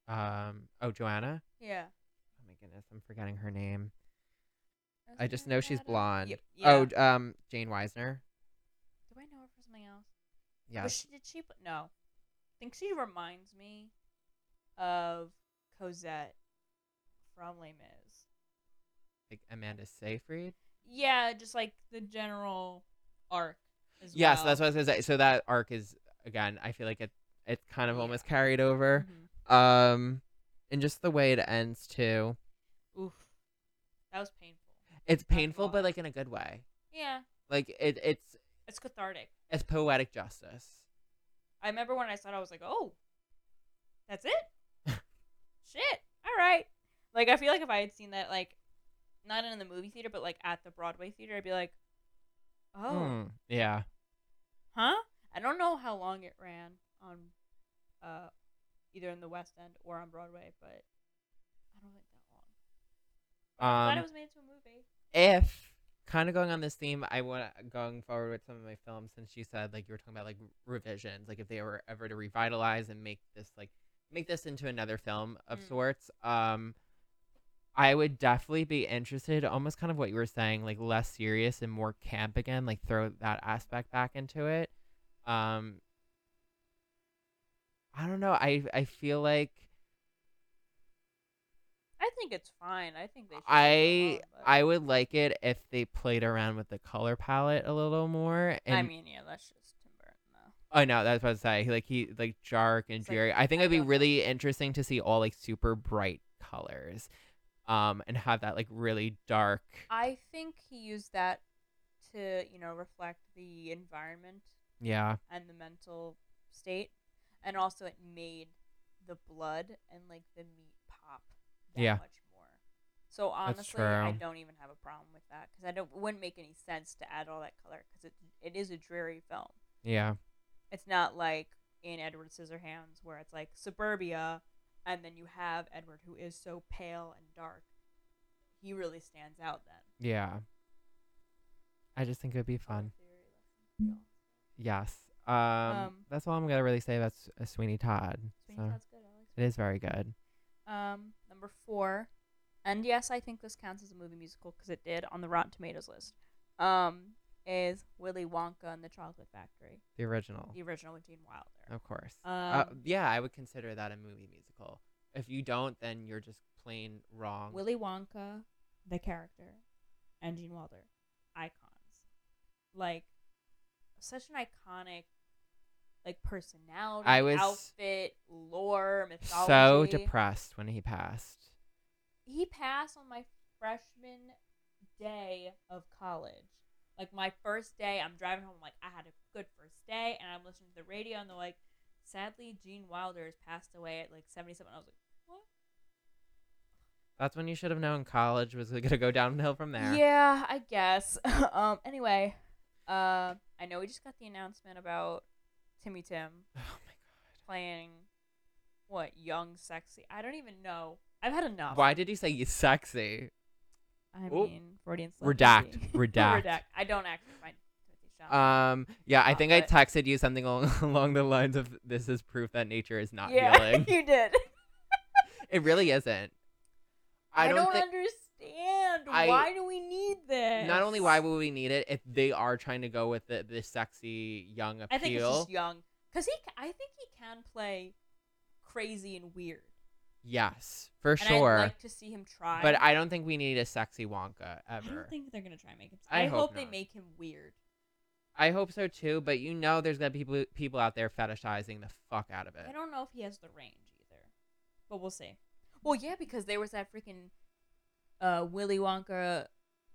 daughter? um oh Joanna. Yeah. Oh my goodness, I'm forgetting her name. I just know she's Esmeralda? blonde. Yep, yeah. Oh, d- um, Jane Weisner. Do I know her for something else? Was Yes. she, did she? pl- No. I think she reminds me of Cosette from Les Mis. Like Amanda Seyfried. Yeah, just like the general arc. As Yes, well. that's what I was gonna say. So that arc is again, I feel like it it's kind of Yeah. almost carried over. Mhm. Um, and just the way it ends too. Oof, that was painful. It's gonna painful, but lie. like in a good way. Yeah, Like it, it's it's cathartic. it's poetic justice. I remember when I saw it, I was like, oh, that's it? Shit. All right. Like, I feel like if I had seen that, like, not in the movie theater, but like at the Broadway theater, I'd be like, oh, Mm, yeah. huh? I don't know how long it ran on uh, either in the West End or on Broadway, but I don't think that long. I Glad it Um, was made into a movie. if kind of going on this theme, I want to going forward with some of my films since you said like you were talking about like revisions, like if they were ever to revitalize and make this like make this into another film of Mm. sorts. Um, I would definitely be interested, almost kind of what you were saying, like less serious and more camp again, like throw that aspect back into it. Um I don't know. I I feel like I think it's fine. I think they. Should leave I it alone, but- I would like it if they played around with the color palette a little more. And I mean, yeah, that's just Tim Burton though. Oh no, that's what I was about to say. He, Like he like Jark and It's like, Jerry. I think I it'd be love that. really interesting to see all like super bright colors. Um and have that like really dark I think he used that to you know reflect the environment Yeah. and the mental state, and also it made the blood and like the meat pop that Yeah. much more. So honestly, I true. don't even have a problem with that because I don't it wouldn't make any sense to add all that color because it it is a dreary film. Yeah. It's not like in Edward Scissorhands where it's like suburbia, and then you have Edward who is so pale and dark. He really stands out then. Yeah. I just think it would be fun. Theory Yes. Um, Um, that's all I'm gonna really say about S- uh, Sweeney Todd. Sweeney so Todd's good. I like it is very good. Sweeney. Um, number four, and yes, I think this counts as a movie musical because it did on the Rotten Tomatoes list. Um, is Willy Wonka and the Chocolate Factory, The original, the original with Gene Wilder. of course. uh, Um, yeah, I would consider that a movie musical. If you don't, then you're just plain wrong. Willy Wonka, the character, and Gene Wilder, icons. Like, Such an iconic, like personality, I was outfit, lore, mythology. so depressed when he passed. He passed on my freshman day of college. like my first day, I'm driving home. I'm like, I had a good first day, and I'm listening to the radio, and they're like, sadly, Gene Wilder has passed away at like 77. I was like, That's when you should have known college was gonna go downhill from there. Yeah, I guess. um. Anyway, uh, I know we just got the announcement about Timmy Tim Oh my playing what young sexy. I don't even know. I've had enough. god. Why did you say you sexy? I Oh. mean, Freudian slip. Redact, maybe. redact. redact. I don't actually find Timothy Chalamet. Um. Yeah, I Uh, think I but- texted you something along, along the lines of "This is proof that nature is not yeah, healing." you did. It really isn't. I, I don't, don't, think. understand. I- why do we need this? Not only why would we need it if they are trying to go with the, the sexy young appeal. I think it's just young because he. ca- I think he can play crazy and weird. yes, for and sure. I'd like to see him try. but I don't think we need a sexy Wonka I ever. don't think they're gonna try and make him. I I, hope hope, they not. make him weird. I hope so too. But you know, there's gonna be people people out there fetishizing the fuck out of I it. don't know if he has the range either, but we'll see. Well, yeah, because there was that freaking uh, Willy Wonka.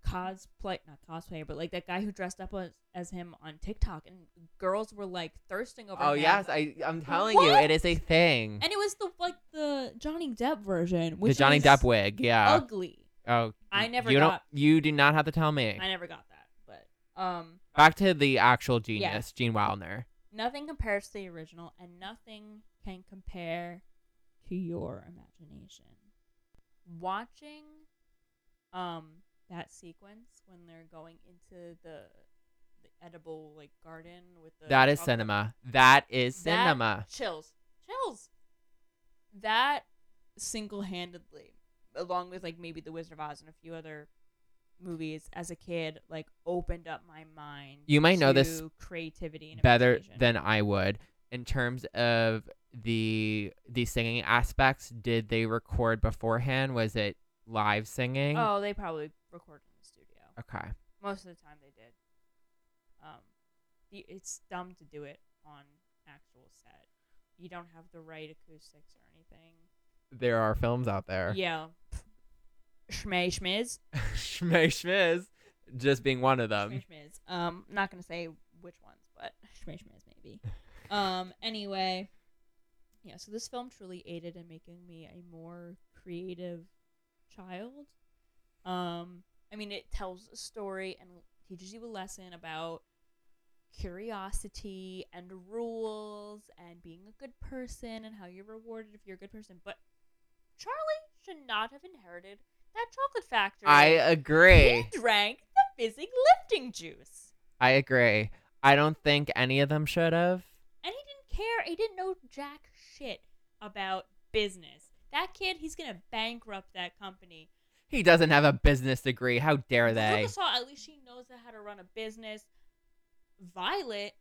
Cosplay, not cosplayer, but like that guy who dressed up as, as him on TikTok, and girls were like thirsting over. Oh him. yes, I I'm telling you, What? it is a thing. And it was the like the Johnny Depp version, the which Johnny is Depp wig, yeah. ugly. oh, I y- never You got- don't. You do not have to tell me. I never got that, but um, Back to the actual genius, Gene Wilder. nothing compares to the original, and nothing can compare to your imagination. Watching um that sequence when they're going into the the edible like garden with the That is chocolate- cinema. That is That- cinema. chills chills that single-handedly along with like maybe the wizard of oz and a few other movies as a kid like opened up my mind You might know this to creativity and better imagination. than I would in terms of the the singing aspects. Did they record beforehand? Was it live singing? Oh, they probably recorded in the studio. Okay. Most of the time, they did. Um, The- it's dumb to do it on actual set you don't have the right acoustics or anything There are films out there. yeah shmay schmiz Schmay Schmiz just being one of them. Shmay schmiz um, I'm not gonna say which ones, but Schmiz maybe. um. Anyway, yeah. So this film truly aided in making me a more creative child. Um. I mean, it tells a story and teaches you a lesson about curiosity and rules and being a good person and how you're rewarded if you're a good person. But Charlie should not have inherited that chocolate factory. I agree. He drank the fizzing lifting juice. I agree. I don't think any of them should have. and he didn't care. He didn't know jack shit about business. That kid, he's gonna bankrupt that company. He doesn't have a business degree. How dare they? Saw at least she knows how to run a business. Violet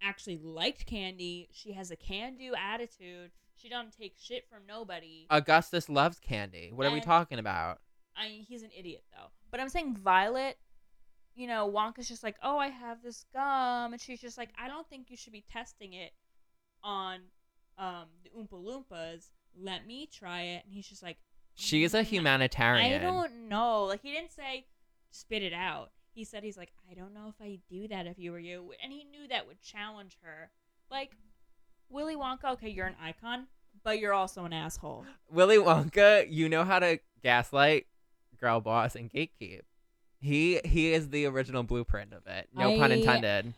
actually liked Candy. She has a can-do attitude. She don't take shit from nobody. Augustus loves candy. What are we And- talking about? I mean, he's an idiot though. But I'm saying Violet, you know, Wonka's just like, oh, I have this gum, and she's just like, I don't think you should be testing it on um, the Oompa Loompas. Let me try it, and he's just like, She's a "Mm, humanitarian. I don't know. Like he didn't say spit it out. He said he's like, I don't know if I'd do that if you were you, and he knew that would challenge her. Like Willy Wonka, okay, you're an icon, but you're also an asshole. Willy Wonka, you know how to gaslight, girl boss, and gatekeep. He he is the original blueprint of it. No pun I- intended.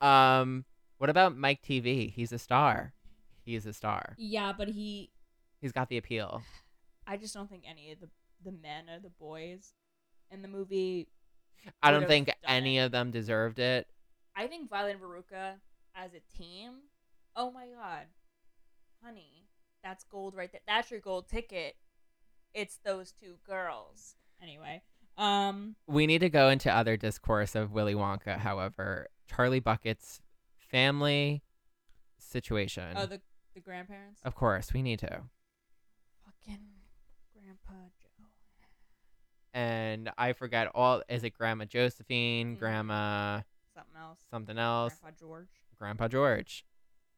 Um, what about Mike TV? He's a star. He's a star. Yeah, but he He's got the appeal. I just don't think any of the the men or the boys in the movie. I don't Would've think done any it. of them deserved it. I think Violet and Veruca as a team. Oh my god, honey, that's gold right there. That's your gold ticket. It's those two girls. Anyway, um, We need to go into other discourse of Willy Wonka, however. Charlie Bucket's family situation. oh the the grandparents. of course, we need to. Fucking Grandpa Joe. And I forgot all is it Grandma Josephine, Mm. Grandma Something else. something else, Grandpa George. Grandpa George.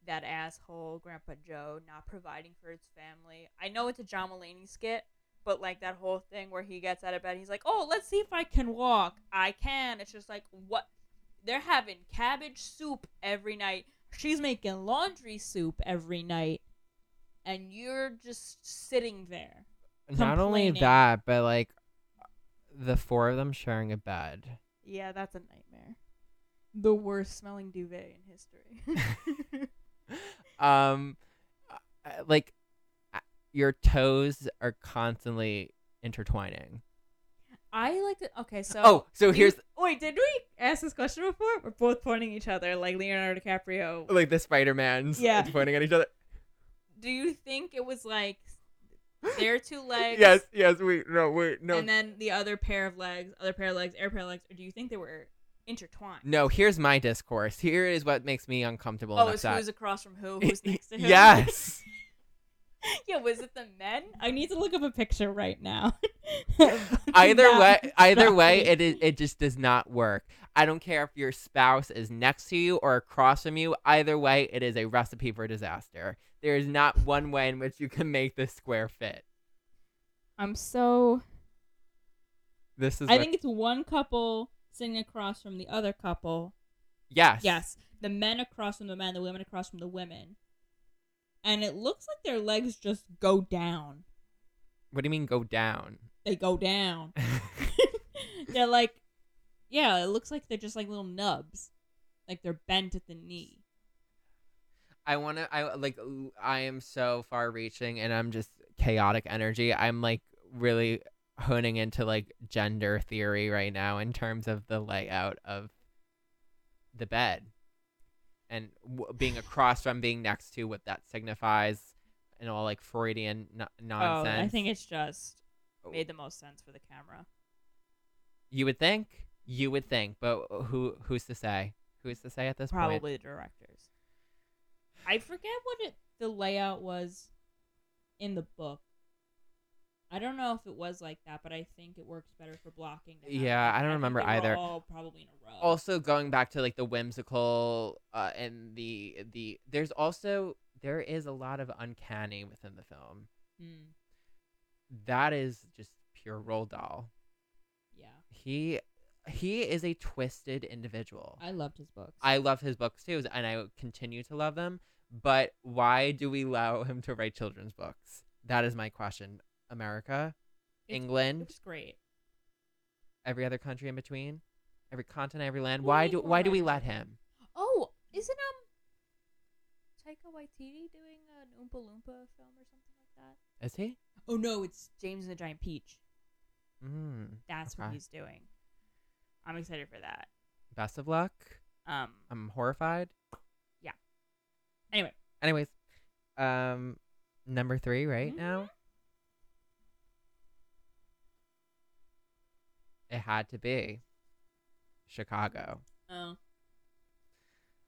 that asshole Grandpa Joe not providing for his family. I know it's a John Mulaney skit, but like that whole thing where he gets out of bed, he's like, "Oh, let's see if I can walk. I can." It's just like what they're having cabbage soup every night. She's making laundry soup every night, and you're just sitting there. Not only Complaining. that, but like the four of them sharing a bed. Yeah, that's a nightmare. The worst smelling duvet in history. Um uh, like uh, your toes are constantly intertwining. I like it. Okay, so Oh, so Do here's you- wait, did we ask this question before? We're both pointing at each other like Leonardo DiCaprio. like the Spider Man's Yeah. pointing at each other. Do you think it was like their two legs? Yes, yes, we no, we no. And then the other pair of legs, other pair of legs, air pair of legs, or do you think they were intertwined? no, here's my discourse. Here is what makes me uncomfortable Oh, and it's upset. who's across from who, who's next to who? yes. yeah, was it the men? I need to look up a picture right now. either That- way either that way was- it is it just does not work i don't care if your spouse is next to you or across from you either way it is a recipe for disaster there is not one way in which you can make this square fit I'm so this is I what- think it's one couple sitting across from the other couple. yes Yes, the men across from the men, the women across from the women. And it looks like their legs just go down. what do you mean go down They go down. they're like, yeah, it looks like they're just like little nubs. Like they're bent at the knee. i want to i like l- i am so far reaching and i'm just chaotic energy i'm like really honing into like gender theory right now in terms of the layout of the bed and w- being across from being next to what that signifies and all like freudian n- nonsense Oh, I think it's just made the most sense for the camera. you would think you would think but who who's to say who's to say at this point Probably the directors. I forget what it, the layout was in the book. I don't know if it was like that, but I think it works better for blocking. to have Yeah, like- I don't think remember they were either. all probably in a row. also going back to like the whimsical uh, and the the there's also there is a lot of uncanny within the film Mm, that is just pure roll doll yeah, he he is a twisted individual I loved his books. I love his books too and i continue to love them but why do we allow him to write children's books that is my question america It's- england It's great. every other country in between every continent every land We why need do more why do we writers. let him Oh, isn't um Taika Waititi doing an Oompa Loompa film or something like that? is he Oh no, it's James and the Giant Peach. mm. That's what Okay. he's doing. I'm excited for that. best of luck Um, I'm horrified. Yeah. Anyway. Anyways, Mm-hmm. um, number three right now. it had to be Chicago. Oh.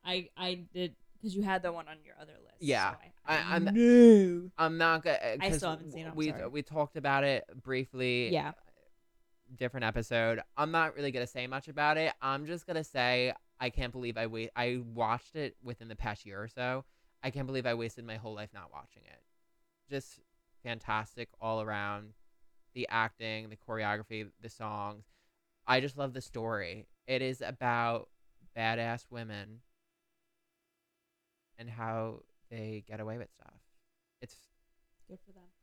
I I did because you had that one on your other list. Yeah. so I, I- I I'm- knew. I'm not gonna. I 'cause still haven't seen it, I'm We sorry. we talked about it briefly. Yeah. Different episode. I'm not really gonna say much about it. I'm just gonna say I can't believe I wait. I watched it within the past year or so. I can't believe I wasted my whole life not watching it. Just fantastic all around. The acting, the choreography, the songs. I just love the story. It is about badass women and how they get away with stuff. It's Good for them.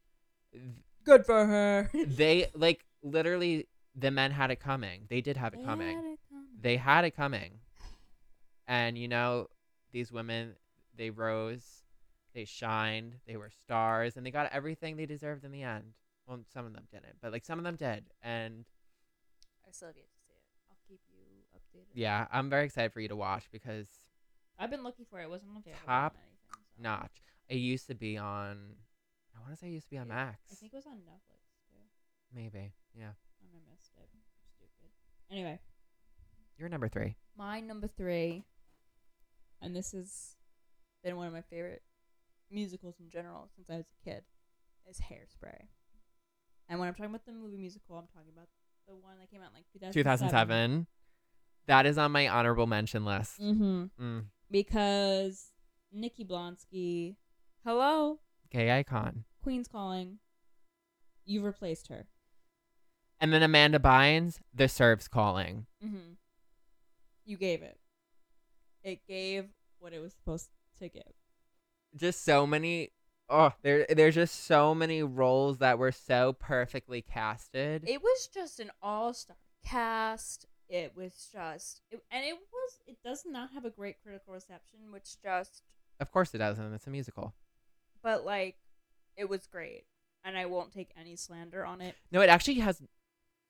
th- Good for her. they like literally the men had it coming. They did have it coming. They had it coming. And you know, these women they rose, they shined, they were stars, and they got everything they deserved in the end. Well, some of them didn't, but like some of them did. And I still have yet to see it. I'll keep you updated. yeah, I'm very excited for you to watch because I've been looking for it. It wasn't available. Top on anything, so. notch. It used to be on I wanna say it used to be on Yeah, Max. I think it was on Netflix too. Maybe. Yeah. And I missed it. Stupid. Anyway, You're number three. my number three, and this has been one of my favorite musicals in general since I was a kid, is Hairspray. And when I'm talking about the movie musical, I'm talking about the one that came out in like 2007. 2007. That is on my honorable mention list. Mm-hmm. Mm. Because Nikki Blonsky, hello, Gay icon. Queen's calling. You've replaced her. And then Amanda Bynes, the Serbs calling. Mm-hmm. You gave it. It gave what it was supposed to give. Just so many. Oh, there, there's just so many roles that were so perfectly casted. It was just an all-star cast. It was just, it, and it was. It does not have a great critical reception, which just, of course it doesn't. It's a musical. but like, it was great, and I won't take any slander on it. No, it actually has.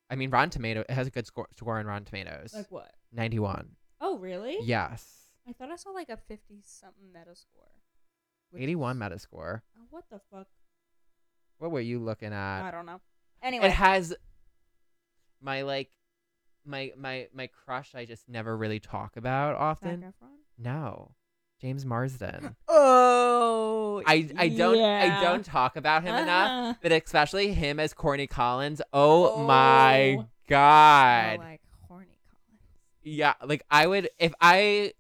I mean, Rotten Tomato. It has a good score, score on Rotten Tomatoes. Like what? Ninety-one. Oh, really? Yes. I thought I saw like a fifty-something meta score. which Eighty-one is- Metascore. Oh, what the fuck? What were you looking at? I don't know. Uh, Anyway, Uh, It has my like my my my crush I just never really talk about often. Zac Efron? No. James Marsden. Oh, I I don't I yeah. don't talk about him enough. Uh-huh. But especially him as Corny Collins. Oh, my Oh. god. Smell like horny Collins. yeah, like I would if I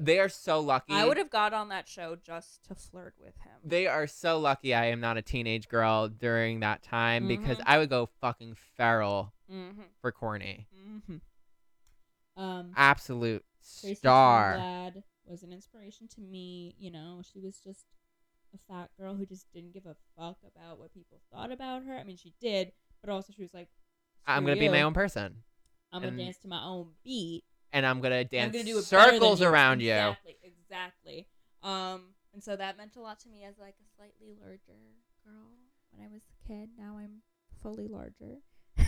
they are so lucky. I would have got on that show just to flirt with him. they are so lucky I am not a teenage girl during that time because Mhm. I would go fucking feral mm-hmm. for Corny. Mm-hmm. Um, Absolute Tracy Ah, star. Turnblad was an inspiration to me. You know, she was just a fat girl who just didn't give a fuck about what people thought about her. I mean, she did, but also she was like, I'm "Screw gonna be my you. own person, I'm gonna and- dance to my own beat. and I'm gonna dance I'm gonna do it better than circles around you. Exactly, exactly. Um, and so that meant a lot to me as like a slightly larger girl when I was a kid. Now I'm fully larger.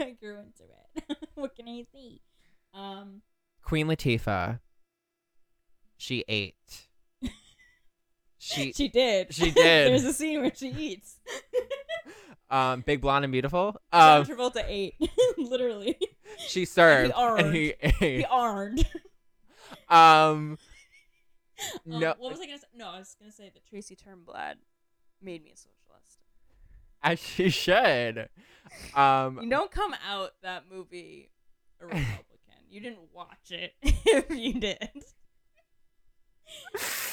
I grew into it. what can I say? Um, Queen Latifah. She ate. she she did. she did. There's a scene where she eats. um big blonde and beautiful. John Um Travolta ate literally. she served and orange. he He ate. armed. Um Um, no, What was I gonna say? No, I was gonna say that Tracy Turnblad made me a socialist. as she should. Um You don't come out that movie a Republican. you didn't watch it if you did.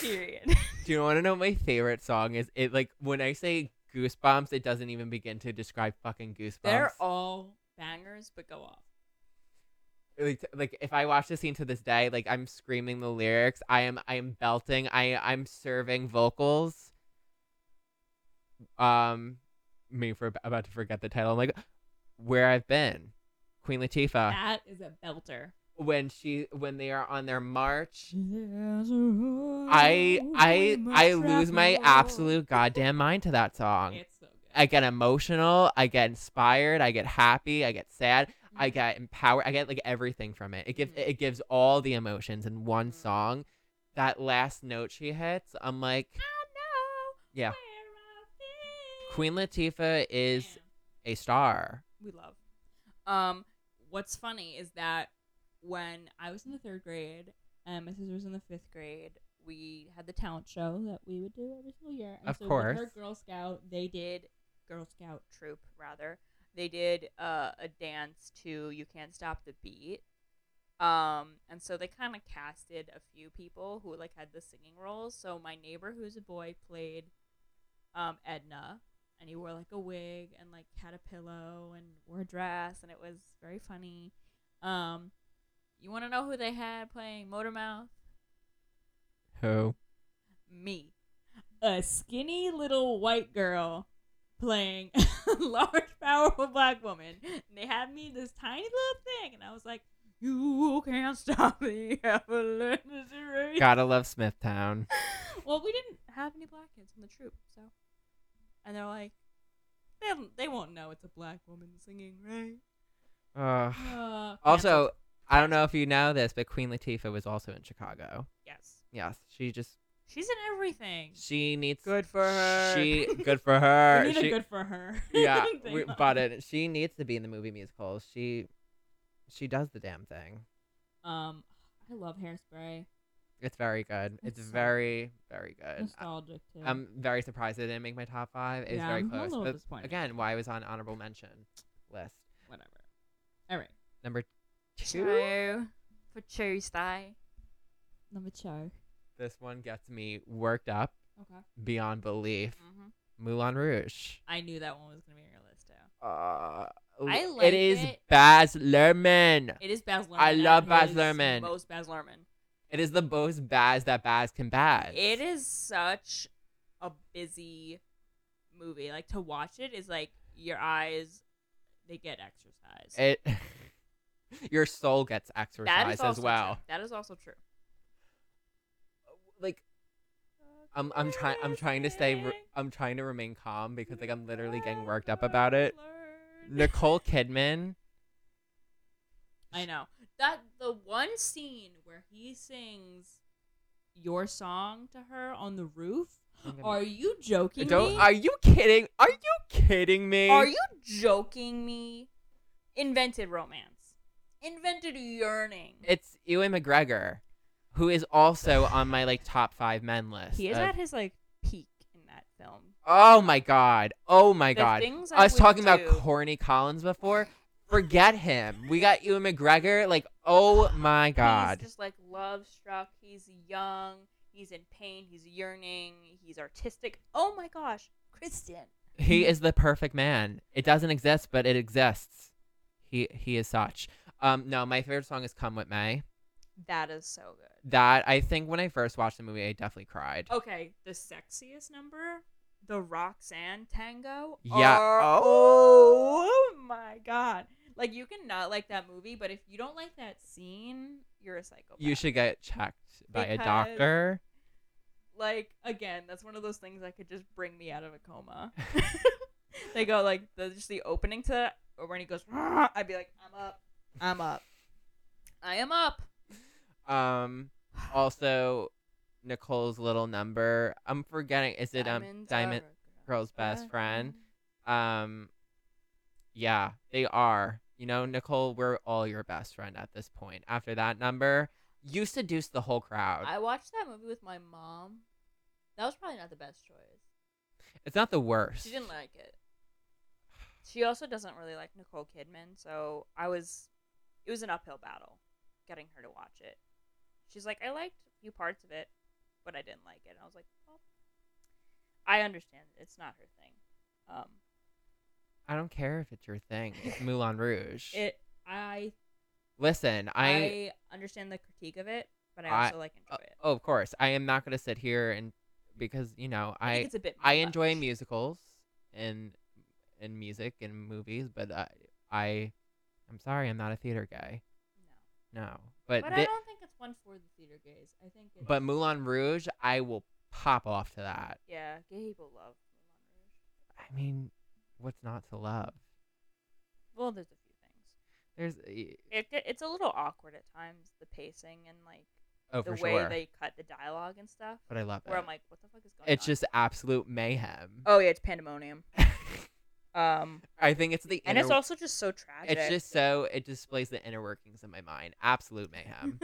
Period. do you want to know what my favorite song is? It like when I say goosebumps, it doesn't even begin to describe fucking goosebumps. They're all bangers, but go off. like, like if I watch the scene to this day, like I'm screaming the lyrics. I am I am belting. I I'm serving vocals. Um, me for about to forget the title. I'm like, where I've been, Queen Latifah. that is a belter. When she when they are on their march, I I I I lose my absolute goddamn mind to that song. It's so good. I get emotional. I get inspired. I get happy. I get sad. Mm-hmm. I get empowered. I get like everything from it. It gives Mhm. it gives all the emotions in one Mhm. song. That last note she hits, I'm like, yeah. Queen Latifah is Damn. a star. we love. Um, what's funny is that when I was in the third grade and my sister was in the fifth grade, we had the talent show that we would do every single year. And Of so with course. her Girl Scout, they did Girl Scout. troop rather they did uh, a dance to you can't stop the beat um, and so they kind of casted a few people who like had the singing roles so my neighbor who's a boy played um, edna and he wore like a wig and like had a pillow and wore a dress and it was very funny Um, you want to know who they had playing Motor Mouth? Who? me A skinny little white girl playing a large, powerful black woman. And they had me this tiny little thing, and I was like, "You can't stop me, Evelyn." Gotta love Smithtown. well, we didn't have any black kids in the troop, so. And they're like, they, they won't know it's a black woman singing, right? Ugh. Uh, also, I don't know if you know this, but Queen Latifah was also in Chicago. yes Yes, she just she's in everything. she needs good for her She good for her. we need She- a good for her. yeah, thing we, on but it, she needs to be in the movie musicals. She she does the damn thing. Um, I love hairspray. It's very good. It's It's so- very very good. I, Nostalgic too. am very surprised it didn't make my top five. It's Yeah, very I'm a close. little But disappointed. again, why I was on honorable mention list whatever. All right, number Two two. for Tuesday. number two. This one gets me worked up Okay. beyond belief. Mm-hmm. Moulin Rouge. I knew that one was gonna be on your list too. Uh, I l- like it is it. Baz Luhrmann. It is Baz Luhrmann. I and love Baz his Luhrmann. most- Most Baz Luhrmann. It is the most Baz that Baz can Baz. It is such a busy movie. Like to watch it is like your eyes they get exercise. It. your soul gets exercised as also well. True. That is also true. Like I'm, I'm trying, I'm trying to stay, re- I'm trying to remain calm because like I'm literally getting worked up about it. Nicole Kidman. I know that the one scene where he sings your song to her on the roof. I'm gonna- Are you joking don't. me? Are you kidding? Are you kidding me? Are you joking me? Invented romance. Invented yearning. It's Ewan McGregor, who is also on my like top five men list. he is of- at his like peak in that film. Oh my god. Oh my The god. things I Us would talking about do- Corny Collins before. Forget him. We got Ewan McGregor. Like, oh my god. He's just like love struck. He's young. He's in pain. He's yearning. He's artistic. Oh my gosh, Kristen. He is the perfect man. It doesn't exist, but it exists. He he is such. Um, no, my favorite song is "Come With May." That is so good. That I think when I first watched the movie, I definitely cried. Okay, the sexiest number, the Roxanne tango. Yeah. are- Oh. oh my god. Like you can not like that movie, but if you don't like that scene, you're a psychopath. You should get checked by a Because- doctor. like again, that's one of those things that could just bring me out of a coma. they go like the just the opening to that, or when he goes, "Rah," I'd be like, I'm up, I'm up, I am up. Um, also, Nicole's little number. I'm forgetting. Is it um Diamonds Diamond? are a girl's best friend. Um, yeah, they are. You know, Nicole, we're all your best friend at this point. After that number, you seduce the whole crowd. I watched that movie with my mom. That was probably not the best choice. it's not the worst. She didn't like it. She also doesn't really like Nicole Kidman, so I was it was an uphill battle getting her to watch it. She's like, I liked a few parts of it, but I didn't like it. And I was like, well, I understand. It's not her thing. Um, I don't care if it's your thing. It's Moulin Rouge. It. I. Listen, I, I. understand the critique of it, but I- I also like enjoy uh, it. oh, of course, I am not gonna sit here and because you know I, think I it's a bit. I enjoy much. musicals and and music and movies, but I I I'm sorry, I'm not a theater guy. No. No, but But, thi- I don't think it's one for the theater gays. I think. It's, But Moulin Rouge, I will pop off to that. Yeah, gay people love Moulin I mean, what's not to love? Rouge. Well, there's a few things. There's e- It get- it's a little awkward at times, the pacing and like oh the for way sure, they cut the dialogue and stuff. but I love it. "Oh Where I'm like, what the fuck is going on? it's just absolute mayhem. oh yeah, it's pandemonium. Um, I think it's the and inner, it's also just so tragic. it's just so it displays the inner workings of my mind. Absolute mayhem.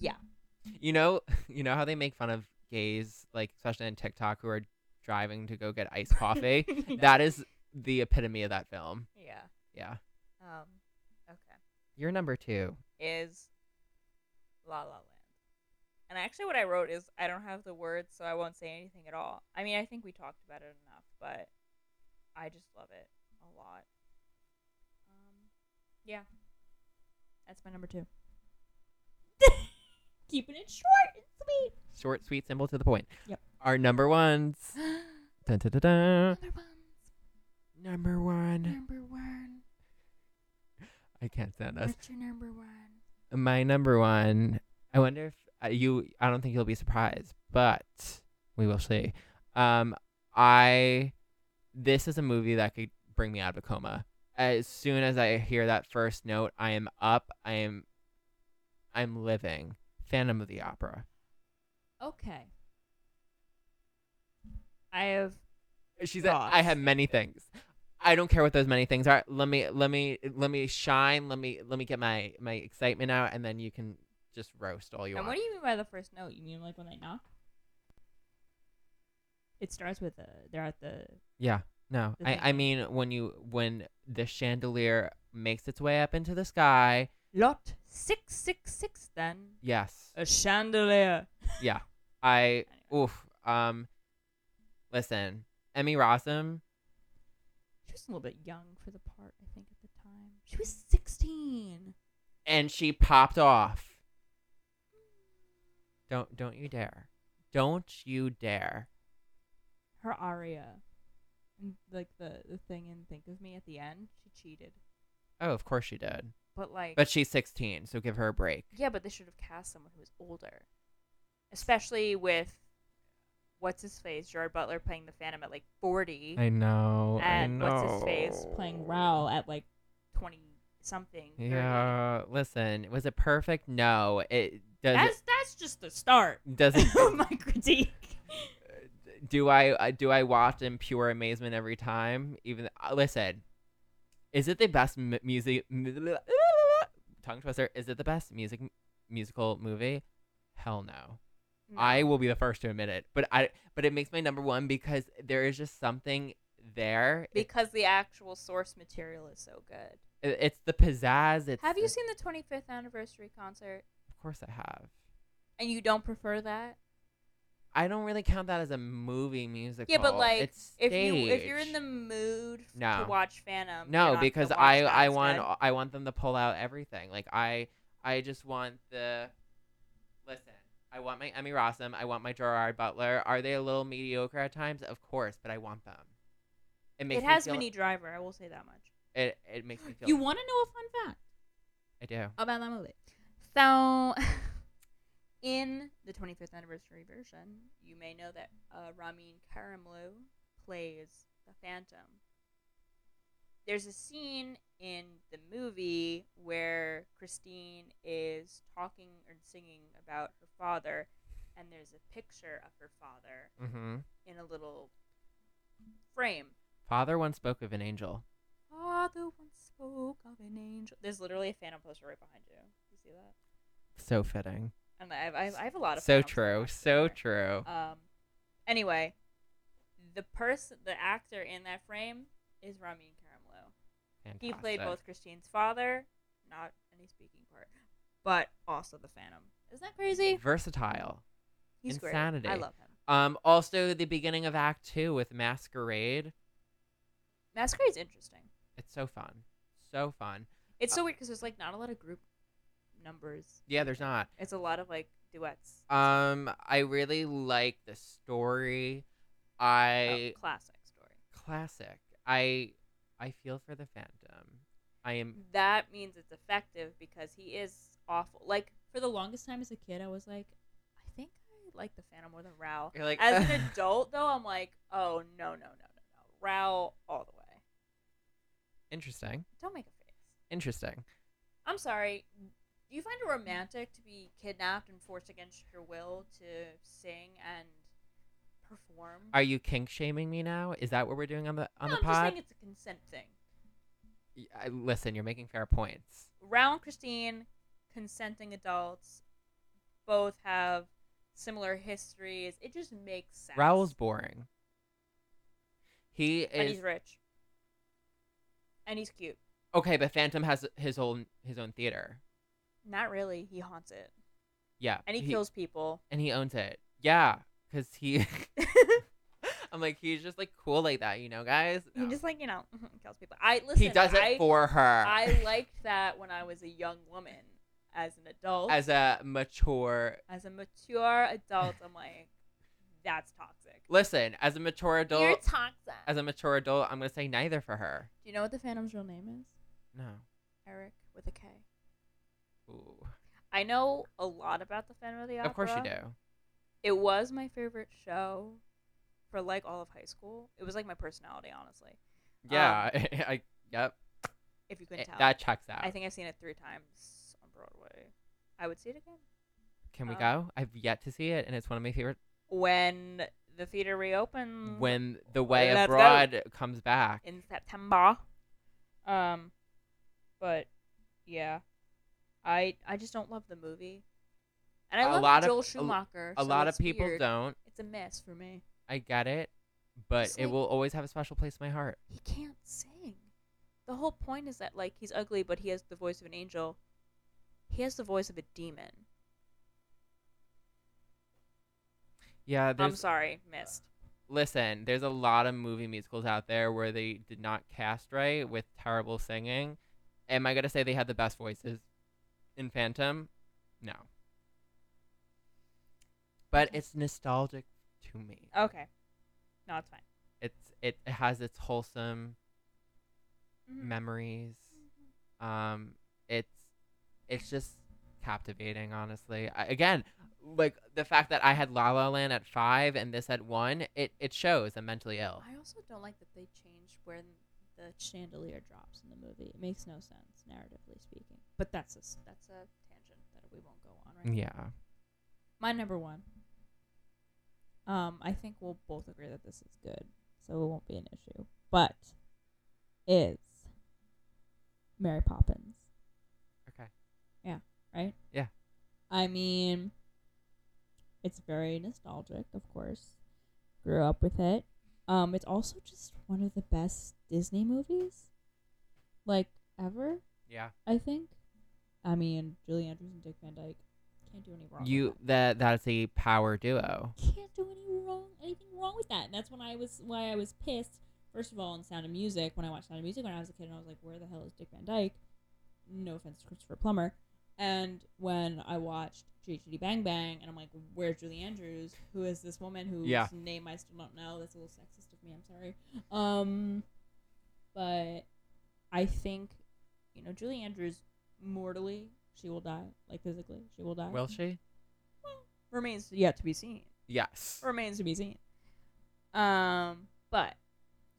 Yeah. you know, you know how they make fun of gays, like especially on TikTok, who are driving to go get iced coffee. that is the epitome of that film. yeah. Yeah, Um, okay, you're number two. is La La Land, and actually, what I wrote is I don't have the words, so I won't say anything at all. I mean, I think we talked about it enough, but I just love it a lot. Um, yeah, that's my number two. Keeping it short and sweet. Short, sweet, simple, to the point. Yep. Our number ones. Dun, dun, dun, dun. Number one. Number one. Number one. I can't stand this. What's your number one? My number one. I wonder if uh, you. I don't think you'll be surprised, but we will see. Um, I. This is a movie that could bring me out of a coma. As soon as I hear that first note, I am up. I am. I'm living. Phantom of the Opera. Okay. I have She said, "I have many things. I don't care what those many things are. Let me, let me, let me shine. Let me, let me get my my excitement out, and then you can just roast all you and what want." do you mean by the first note? You mean like when they knock? It starts with a. They're at the. yeah, no, The thing. I, I mean when you when the chandelier makes its way up into the sky. lot six six six. Then Yes, a chandelier. yeah, I Anyway. oof. Um, listen, Emmy Rossum. She was a little bit young for the part, I think, at the time. She was 16. and she popped off. Don't don't you dare. Don't you dare. Her aria. And like the, the thing in Think of Me at the end, she cheated. Oh, of course she did. But like, But she's 16, so give her a break. yeah, but they should have cast someone who was older, especially with what's his face, Gerard Butler playing the Phantom at like forty, I know. And what's his face Playing Raoul at like. twenty something. 30. Yeah, listen, was it perfect? No. It does That's, that's just the start it, does of it, my critique. do I uh, do I watch in pure amazement every time? Even uh, listen. Is it the best m- music tongue twister? Is it the best music musical movie? Hell no. No. I will be the first to admit it, but I but it makes my number one because there is just something there. It, because the actual source material is so good. it- it's the pizzazz. It's Have you the- seen the twenty fifth anniversary concert? Of course, I have. And you don't prefer that? I don't really count that as a movie musical. Yeah, but like it's if you if you're in staged. the mood f- No. to watch Phantom, you're not no, gonna because watch I that I want instead. I want them to pull out everything. Like I I just want the listen. I want my Emmy Rossum. I want my Gerard Butler. Are they a little mediocre at times? Of course, but I want them. It makes it me has feel- Minnie Driver. I will say that much. It it makes me feel. You want to know a fun fact I do. about that movie? So, in the 25th anniversary version, you may know that uh, Ramin Karimloo plays the Phantom. There's a scene in the movie where Christine is talking and singing about her father, and there's a picture of her father Mm-hmm. in a little frame. Father once spoke of an angel. Father once spoke of an angel. There's literally a Phantom poster right behind you. You see that? So fitting. And I have, I have, I have a lot of So pronouns true. left So there. true. Um, anyway, the person, the actor in that frame is Ramin Karimloo. He played both Christine's father, not any speaking part, but also the Phantom. Isn't that crazy? Versatile. He's Insanity. great. I love him. Um. Also, the beginning of Act Two with Masquerade. Masquerade's interesting. It's so fun. So fun. It's Uh, so weird because there's like not a lot of group numbers. Yeah. There's not. It's a lot of like duets. Um. I really like the story. Oh, I classic story. classic. I I feel for the Phantom. I am. That means it's effective because he is awful. Like For the longest time as a kid, I was like, I think I like the Phantom more than Rao. You're like As an adult, though, I'm like, oh no, no, no, no, no, Rao all the way. Interesting. Don't make a face. Interesting. I'm sorry. Do you find it romantic to be kidnapped and forced against your will to sing and perform. Are you kink shaming me now? Is that what we're doing on the no, on the I'm just pod? saying it's a consent thing. Y- I- listen, you're making fair points. Raoul and Christine, consenting adults, both have similar histories. It just makes sense. Raoul's boring. He and is he's rich, and he's cute. okay, but Phantom has his own his own theater. Not really. He haunts it, Yeah, and he, kills people. and he owns it. Yeah, because he. I'm like he's just like cool like that, you know, guys. He No. just like you know kills people. I listen. he does it I, for her I liked that when I was a young woman. As an adult, as a mature. as a mature adult, I'm like, that's toxic. Listen, as a mature adult, You're toxic. as a mature adult, I'm gonna say neither for her. Do you know what the Phantom's real name is? No. Eric with a K. Ooh. I know a lot about the Phantom of the Opera. Of course you Oh. do. It was my favorite show for like all of high school. It was like my personality, honestly. Yeah. I. Yep. If you couldn't it- tell, that checks out. I think I've seen it three times on Broadway. I would see it again Can we um, go? I've yet to see it, and it's one of my favorite. when the theater reopens When the way Mm-hmm. let's go. abroad comes back, in September. Um, but yeah, I I just don't love the movie, and I A love lot of- Joel a- Schumacher. a so lot of it's people weird. don't. It's a mess for me. I get it, but Just, it like- will always have a special place in my heart. he can't sing. The whole point is that like he's ugly, but he has the voice of an angel. He has the voice of a demon. Yeah. I'm There's, sorry, missed. listen, there's a lot of movie musicals out there where they did not cast right with terrible singing. Am I gonna say they had the best voices in Phantom? No. But Okay. it's nostalgic to me. Okay, no, it's fine. It's it has its wholesome Mm-hmm. memories. Um, it's it's just captivating, honestly. I, again, like the fact that I had La La Land at five and this at one, it it shows. I'm mentally Mm-hmm. ill. I also don't like that they changed where the chandelier drops in the movie. It makes no sense, narratively speaking. But that's a s- that's a tangent that we won't go on right. now. Yeah, My number one. Um, I think we'll both agree that this is good, so it won't be an issue. But is Mary Poppins? Okay. Yeah. Right. Yeah. I mean, it's very nostalgic, of course. Grew up with it. Um, it's also just one of the best Disney movies, like ever. yeah. I think. I mean, Julie Andrews and Dick Van Dyke can't do any wrong. with You that that that's a power duo. can't do any wrong anything wrong with that. And that's when I was why I was pissed. First of all, in Sound of Music, when I watched Sound of Music when I was a kid, and I was like, "Where the hell is Dick Van Dyke?" No offense to Christopher Plummer. And when I watched JGD Bang Bang, and I'm like, "Where's Julie Andrews? Who is this woman whose Yeah. name I still don't know?" That's a little sexist of me. I'm sorry. Um, but I think you know Julie Andrews mortally. She will die, like physically, she will die. Will she? Remains yet to be seen. Yes. Remains to be seen. Um, but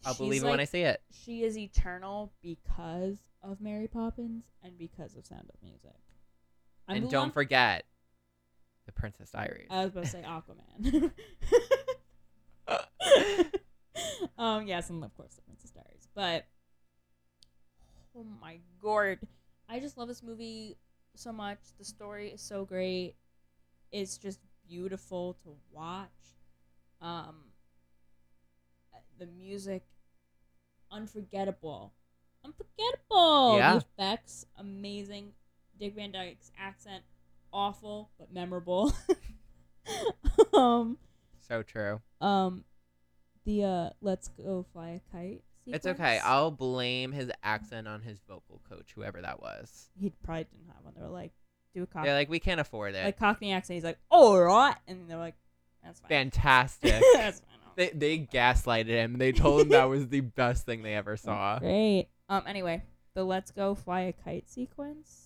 I'll she's believe it when like- I see it. she is eternal because of Mary Poppins and because of Sound of Music. I'm Uh, and the don't one- forget the Princess Diaries. I was about to say Aquaman. um, yes, and of course the Princess Diaries. But oh my god, I just love this movie so much. The story is so great. It's just beautiful to watch. Um, the music, unforgettable, unforgettable. Yeah. The effects, amazing. Dick Van Dyke's accent, awful but memorable. um, so true. um the uh let's go fly a kite It's okay. sequence. I'll blame his accent on his vocal coach, whoever that was. he probably didn't have one they were like do a cockney They're like, we can't afford it. like cockney accent he's like all right and they're like that's fine Fantastic. that's fine I'll- They, they gaslighted him. They told him that was the best thing they ever saw. great um anyway the let's go fly a kite sequence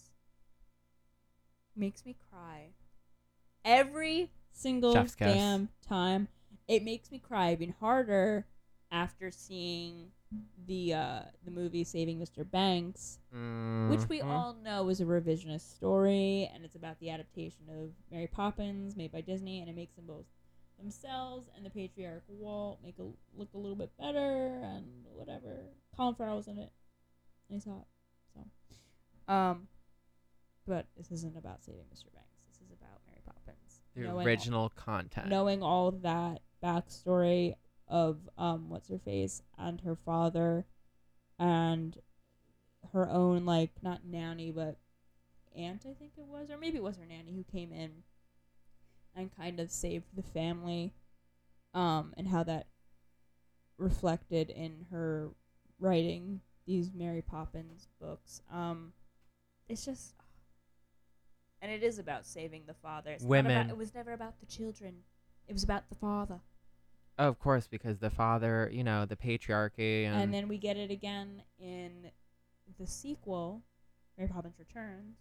makes me cry every single Chef's kiss. damn time it makes me cry even harder after seeing the uh the movie saving mr banks which we Mhm. all know is a revisionist story and it's about the adaptation of mary poppins made by disney and it makes them both themselves and the patriarchal wall make it look a little bit better and whatever. Colin Farrell was in it, and he's hot. So, um, but this isn't about saving Mr. Banks. This is about Mary Poppins. The Knowing all- original content. knowing all that backstory of um what's her face and her father and her own like not nanny but aunt I think it was or maybe it was her nanny who came in and kind of saved the family um and how that reflected in her writing these Mary Poppins books um it's just and it is about saving the father it's not about- Women. it was never about the children it was about the father Of course, because the father, you know, the patriarchy and, and then we get it again in the sequel, Mary Poppins Returns,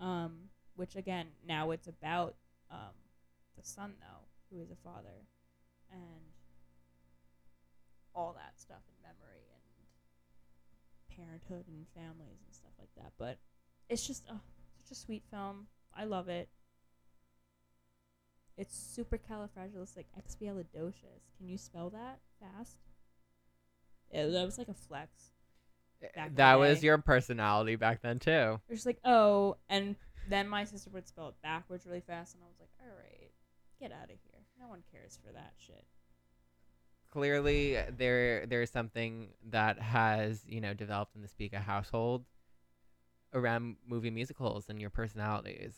um, which again now it's about um, the son though, who is a father, and all that stuff and memory and parenthood and families and stuff like that. But it's just oh, such a sweet film. I love it. It's super califragilisticexpialidocious. Can you spell that fast? It, that was like a flex. back in the that was day. your personality back then too. It was just like, oh, and then my sister would spell it backwards really fast, and I was like, all right, get out of here. No one cares for that shit. Clearly, there there is something that has you know developed in the Spica household around movie musicals and your personalities,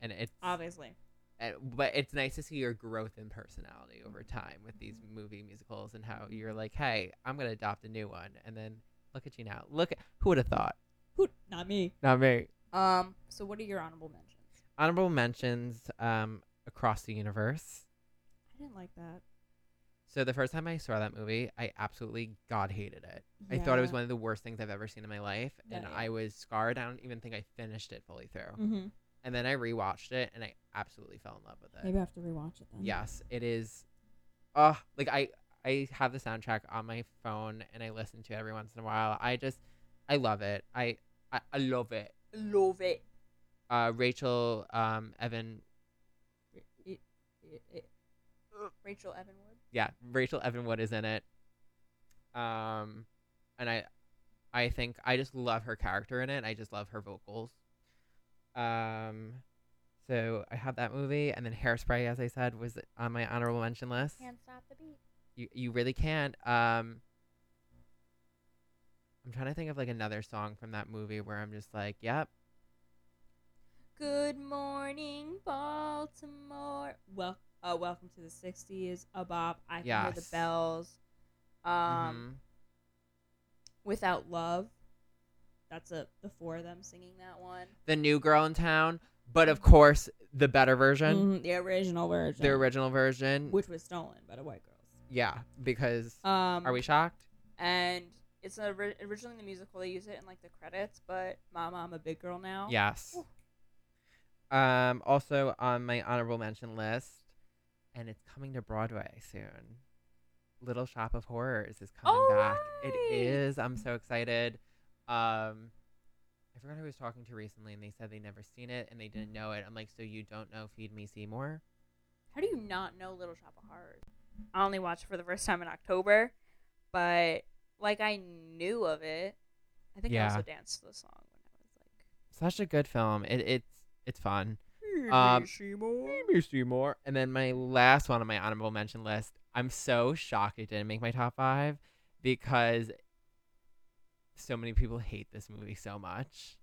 and it's Obviously, and, but it's nice to see your growth in personality over time with these movie musicals and how you're like, hey, I'm gonna adopt a new one, and then look at you now. Look, at, who would have thought? who? Not me. Not me. Um. So, what are your honorable mentions? Honorable mentions um, across the universe. I didn't like that. So the first time I saw that movie, I absolutely god hated it. I thought it was one of the worst things I've ever seen in my life, and Yeah, yeah. I was scarred. I don't even think I finished it fully through. Mm-hmm. And then I rewatched it, and I absolutely fell in love with it. Maybe I have to rewatch it then. Yes, it is. Uh, like I I have the soundtrack on my phone and I listen to it every once in a while. I just I love it. I I, I love it. Love it. Uh, Rachel um Evan Rachel Evanwood. yeah Rachel Evan Wood is in it. Um, and I I think I just love her character in it. I just love her vocals. Um. So I have that movie, and then Hairspray, as I said, was on my honorable mention list. stop the beat. you you really can't. Um, I'm trying to think of like another song from that movie where I'm just like, yep, Good morning, Baltimore. Well, uh, welcome to the '60s. A bop. I can hear the Yes. bells. Um. mhm. Without Love. That's a the four of them singing that one. the new girl in town, but of Mm-hmm. course the better version, Mhm, the original version. the original version. which was stolen by the white girls. yeah, because Um, are we shocked? And it's a, ri- originally in the musical. They use it in like the credits, but Mama, I'm a big girl now. Yes. Um, also on my honorable mention list, and it's coming to Broadway soon. Little Shop of Horrors is coming All right. back. It is. I'm so excited. Um, I forgot who I was talking to recently, and they said they never seen it and they didn't know it. I'm like, so you don't know Feed Me Seymour? how do you not know Little Shop of Horrors? I only watched it for the first time in October, but like I knew of it. I think I Yeah. also danced to the song when Such a good film. It, it's it's fun. I was Um, like. Seymour. Feed Me Seymour. And then my last one on my honorable mention list. I'm so shocked it didn't make my top five because so many people hate this movie so much,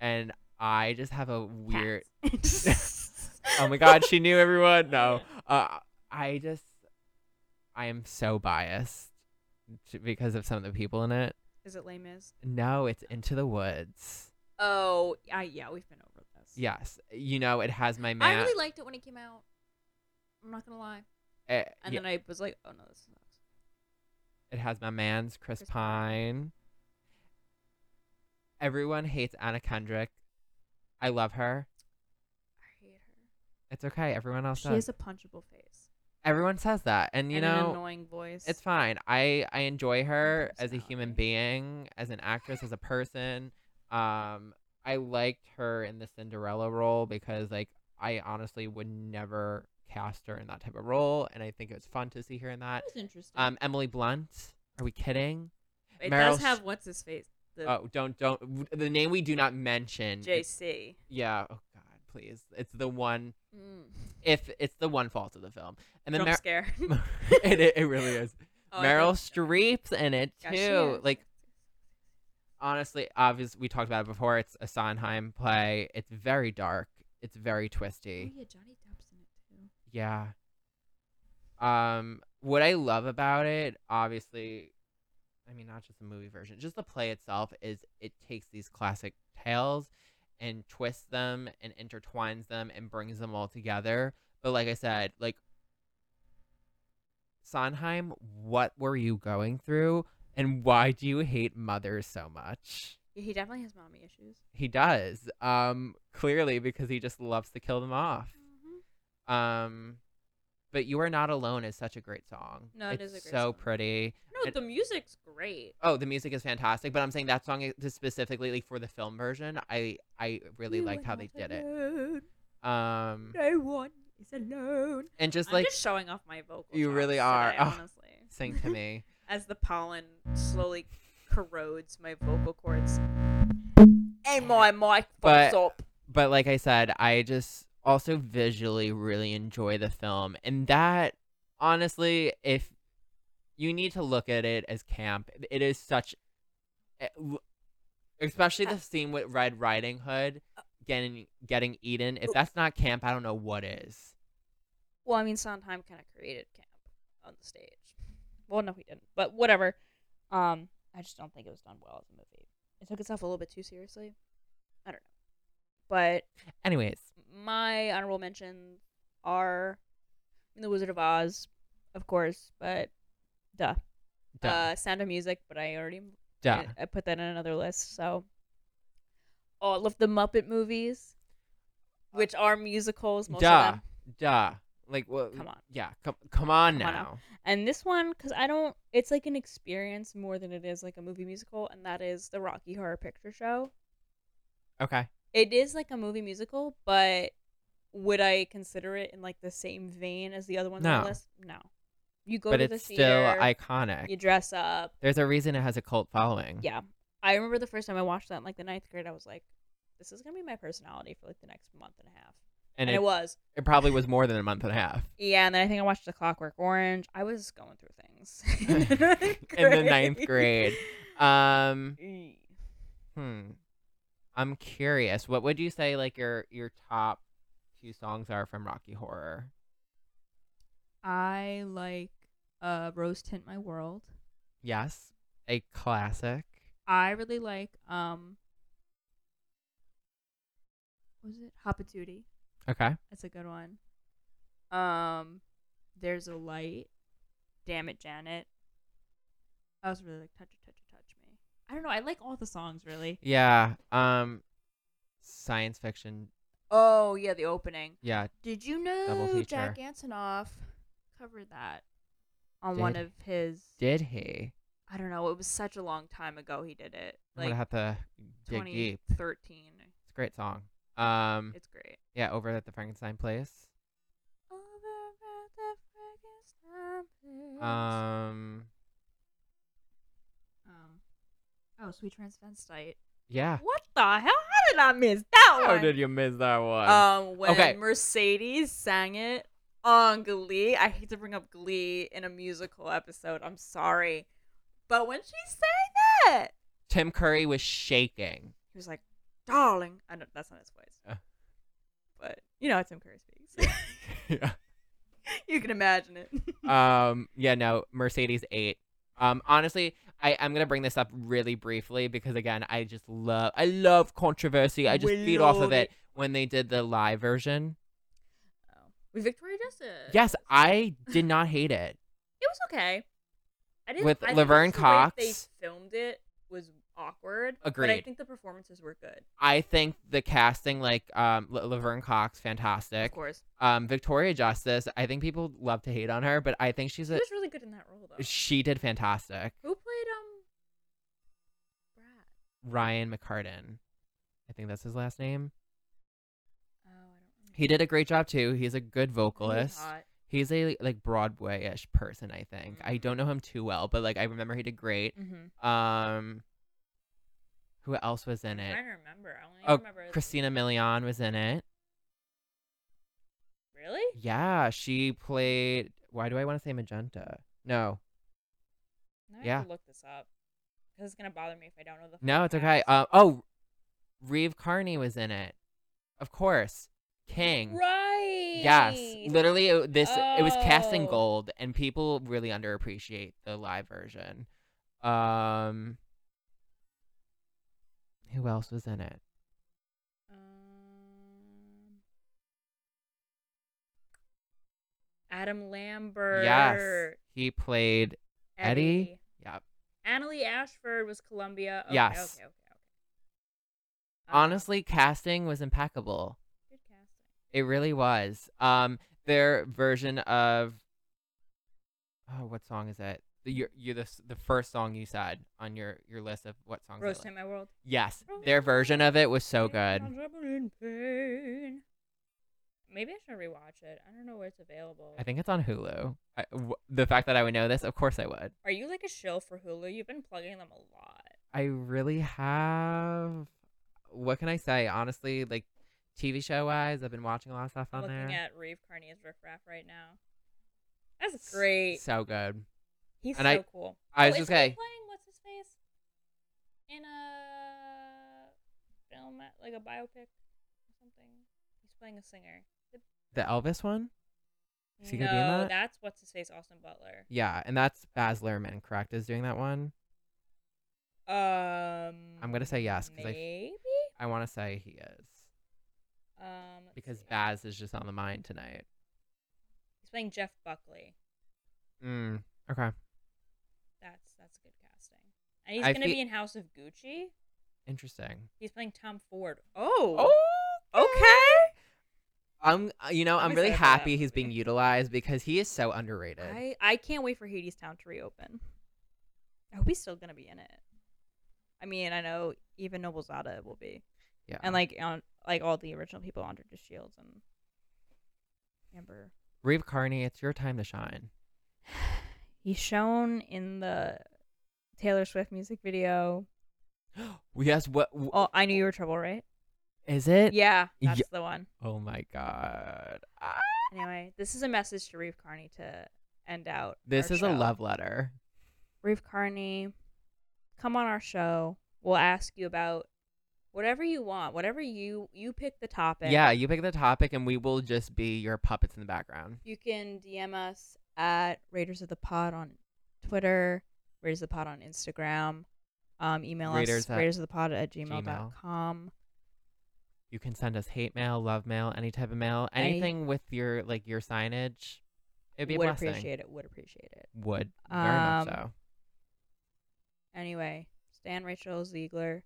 and I just have a weird. Cats. oh my god, she knew everyone. No, uh, I just I am so biased t- because of some of the people in it. Is it lame is? No, it's Into the Woods. Oh, I, yeah, we've been over this. Yes, you know it has my I man. really liked it when it came out. I'm not gonna lie. eh, And yeah, then I was like, oh no, this sucks. it has my man's Chris, Chris Pine. Everyone hates Anna Kendrick. I love her. I hate her. It's okay. Everyone else She does. has a punchable face. Everyone says that, and you and know, an annoying voice. It's fine. I I enjoy her as a human personality. being, as an actress, as a person. Um, I liked her in the Cinderella role because like I honestly would never cast her in that type of role, and I think it's fun to see her in that. That was interesting. Um, Emily Blunt. Are we kidding? It Meryl does Sh- have what's his face? The Oh, don't don't w- the name we do not mention. It's- JC. Yeah. Oh God, please. It's the one. Mm. If it's the one fault of the film, and then Jump Mer- scare. it, it it really is. Oh, I Meryl think- Streep's in it Yeah, too. she is. Like Oh, honestly, obvious. We talked about it before. It's a Sondheim play. It's very dark. It's very oh, twisty. yeah, Johnny Depp's in it too. Yeah. Um, what I love about it, obviously, I mean, not just the movie version, just the play itself is it takes these classic tales and twists them and intertwines them and brings them all together. But like I said, like Sondheim, what were you going through and why do you hate mothers so much? Yeah, he definitely has mommy issues. He does. Um, clearly because he just loves to kill them off. Mm-hmm. Um, but "You Are Not Alone" is such a great song. No, it it's is a great so song. pretty. No, And- the music's great. Oh, the music is fantastic. But I'm saying that song is specifically like for the film version. I I really liked how they did it. Um, No one is alone. and just I'm like just showing off my vocals. You really are. Today, Oh. honestly, sing to me. as the pollen slowly corrodes my vocal cords, and my mic But- fucks up. But like I said, I just also visually really enjoy the film, and that honestly, if you need to look at it as camp, it is such, eh, w- especially the scene with Red Riding Hood getting getting eaten. If that's not camp, I don't know what is. Well, I mean, Sondheim kind of created camp on the stage. Well, no, he didn't, but whatever. Um, I just don't think it was done well as a movie. It took itself a little bit too seriously. I don't know, but Anyways, my honorable mentions are The Wizard of Oz, of course, but duh. duh, Uh, Sound of Music, but I already duh. I, I put that in another list. So all of the Muppet movies, which are musicals, most Uh, Duh. of them. duh. Like what? Come on. Yeah, come come on Come on now. And this one, because I don't, it's like an experience more than it is like a movie musical, and that is the Rocky Horror Picture Show. Okay. It is like a movie musical, but would I consider it in like the same vein as the other ones on No. the list? No. You go but to it's the still theater, iconic. Mm-hmm. you dress up. There's a reason it has a cult following. Yeah. I remember the first time I watched that in like the ninth grade, I was like, this is gonna be my personality for like the next month and a half. And, and, it, it was. it probably was more than a month and a half. Yeah, and then I think I watched The Clockwork Orange. I was going through things In the ninth grade. Um, grade. hmm. I'm curious. What would you say like your your top few songs are from Rocky Horror? I like uh, Rose Tint My World. Yes, a classic. I really like um what was it Hopatootie? Okay. That's a good one. Um There's a light. Damn it, Janet. I was really like touch it, touch it, touch me. I don't know, I like all the songs really. Yeah. Um, science fiction. Oh yeah, the opening. Yeah. Did you Double know Jack feature. Antonoff covered that on one Did- of his? Did he? I don't know. It was such a long time ago he did it. I'm gonna Like have to dig deep. 2013. It's a great song. Um, It's great. yeah. Over at the Frankenstein Place. Over at the Frankenstein place. Um, Um Oh, Sweet Transvestite. yeah. what the hell? How did I miss that Ah. How one? did you miss that one? um, when Okay. Mercedes sang it on Glee. I hate to bring up Glee in a musical episode. I'm sorry, but when she sang that, Tim Curry was shaking. he was like, "Darling," I don't. That's not his voice, Uh. but you know how Tim Curry speaks. yeah. you can imagine it. um yeah no mercedes 8 um honestly i i'm gonna bring this up really briefly because again i just love i love controversy i just We feed off of love it when they did the live version Oh. With Victoria Justice. yes i did not hate it it was okay. I didn't. With I think Laverne the way Cox. they filmed it was awkward. But I Agreed. think the performances were good. i think the casting like um La- laverne cox Of fantastic course, um victoria justice i think people love to hate on her but i think she's she a was really good in that role though. she did fantastic Who played um Brad? ryan mccartan i think that's his last name Oh, I don't remember. He did a great job too. He's a good vocalist. hot. He's a like Broadway-ish person, I think. I don't know him too well, but like I remember he did great. Mm-hmm. Um, who else was in I'm it? trying to remember. I only Oh, remember Christina Milian was in it. Really? Yeah, she played. Why do I want to say magenta? No, Now I Yeah. have to look this up. This is gonna bother me if I don't know the. no, fucking it's okay. cast. Uh, oh, Reeve Carney was in it. Of course, King. Right. Yes, literally, it, this it was casting Oh. gold, and people really underappreciate the live version. Um, who else was in it? Um, Adam Lambert. Yes, he played. Eddie? Eddie. Yep. Annalie Ashford was Columbia. Okay, Yes. Okay. Okay. Okay. Um, Honestly, casting was impeccable. good casting. It really was. Um, their version of oh, what song is it? The you you the s- the first song you said on your your list of what songs. I Roast like. in my world. Yes, their version of it was so good. I'm troubled in pain. Maybe I should rewatch it. I don't know where it's available. I think it's on Hulu. I, w- the fact that I would know this, of course I would. Are you like a shill for Hulu? You've been plugging them a lot. I really have. What can I say? Honestly, like TV show wise, I've been watching a lot of stuff I'm on looking there. at Reeve Carney's Riff Raff right now. That's great. So good. He's and so I- cool. I was is just he gonna- playing what's his face in a film that- like a biopic or something. He's playing a singer. The Elvis one. Is he gonna be in no, that? that's what's his face, Austin Butler. Yeah, and that's Baz Luhrmann, correct? Is doing that one. Um, I'm gonna say yes, 'cause I f- maybe. I want to say he is Um, let's because see. Baz is just on the mind tonight. he's playing Jeff Buckley. Mm, okay, That's that's good casting. And he's I gonna fe- be in House of Gucci. interesting. He's playing Tom Ford. Oh, okay. I'm, uh, you know, I'm I'm really excited for that happy he's being movie. utilized because he is so underrated. I I can't wait for Hades Town to reopen. I hope he's still gonna be in it. I mean, I know even Noble Zada will be, yeah, and like on like all the original people, Andre de Shields and Amber. Reeve Carney, it's your time to shine. He's shown in the Taylor Swift music video. yes, what w- Oh, I knew you were trouble, right? is it? Yeah, Yeah. that's the one. Oh my god. Ah, Anyway, this is a message to Reeve Carney to end out. this our is a show. love letter. Reeve Carney, come on our show. We'll ask you about whatever you want, whatever you you pick the topic. Yeah, you pick the topic and we will just be your puppets in the background. You can DM us at Raiders of the Pod on Twitter, Raiders of the Pod on Instagram. Um, email Raiders us at Raiders of the Pod at gmail. gmail.com. You can send us hate mail, love mail, any type of mail, Any- anything with your like your signage. It'd be a would blessing. appreciate it. Would appreciate it. Would very much Um, so. Anyway, Stan Rachel Ziegler.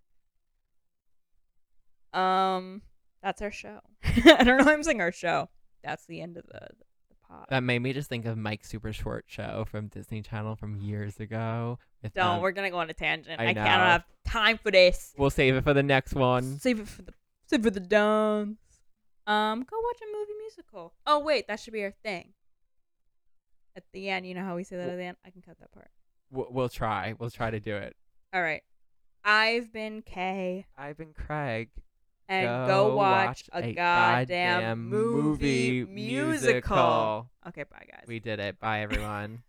Um, that's our show. I don't know why I'm saying our show. That's the end of the the pod. That made me just think of Mike's super short show from Disney Channel from years ago. with, Don't. um, we're gonna go on a tangent. I I, know. can't I don't have time for this. We'll save it for the next one. Save it for the save it for the dance. Um, go watch a movie musical. Oh wait, that should be our thing. At the end, you know how we say that at the end. I can cut that part. We'll, we'll try. We'll try to do it. All right. I've been Kay, I've been Craig. and go, watch, a, goddamn, movie musical. Okay, bye guys. We did it. Bye, everyone.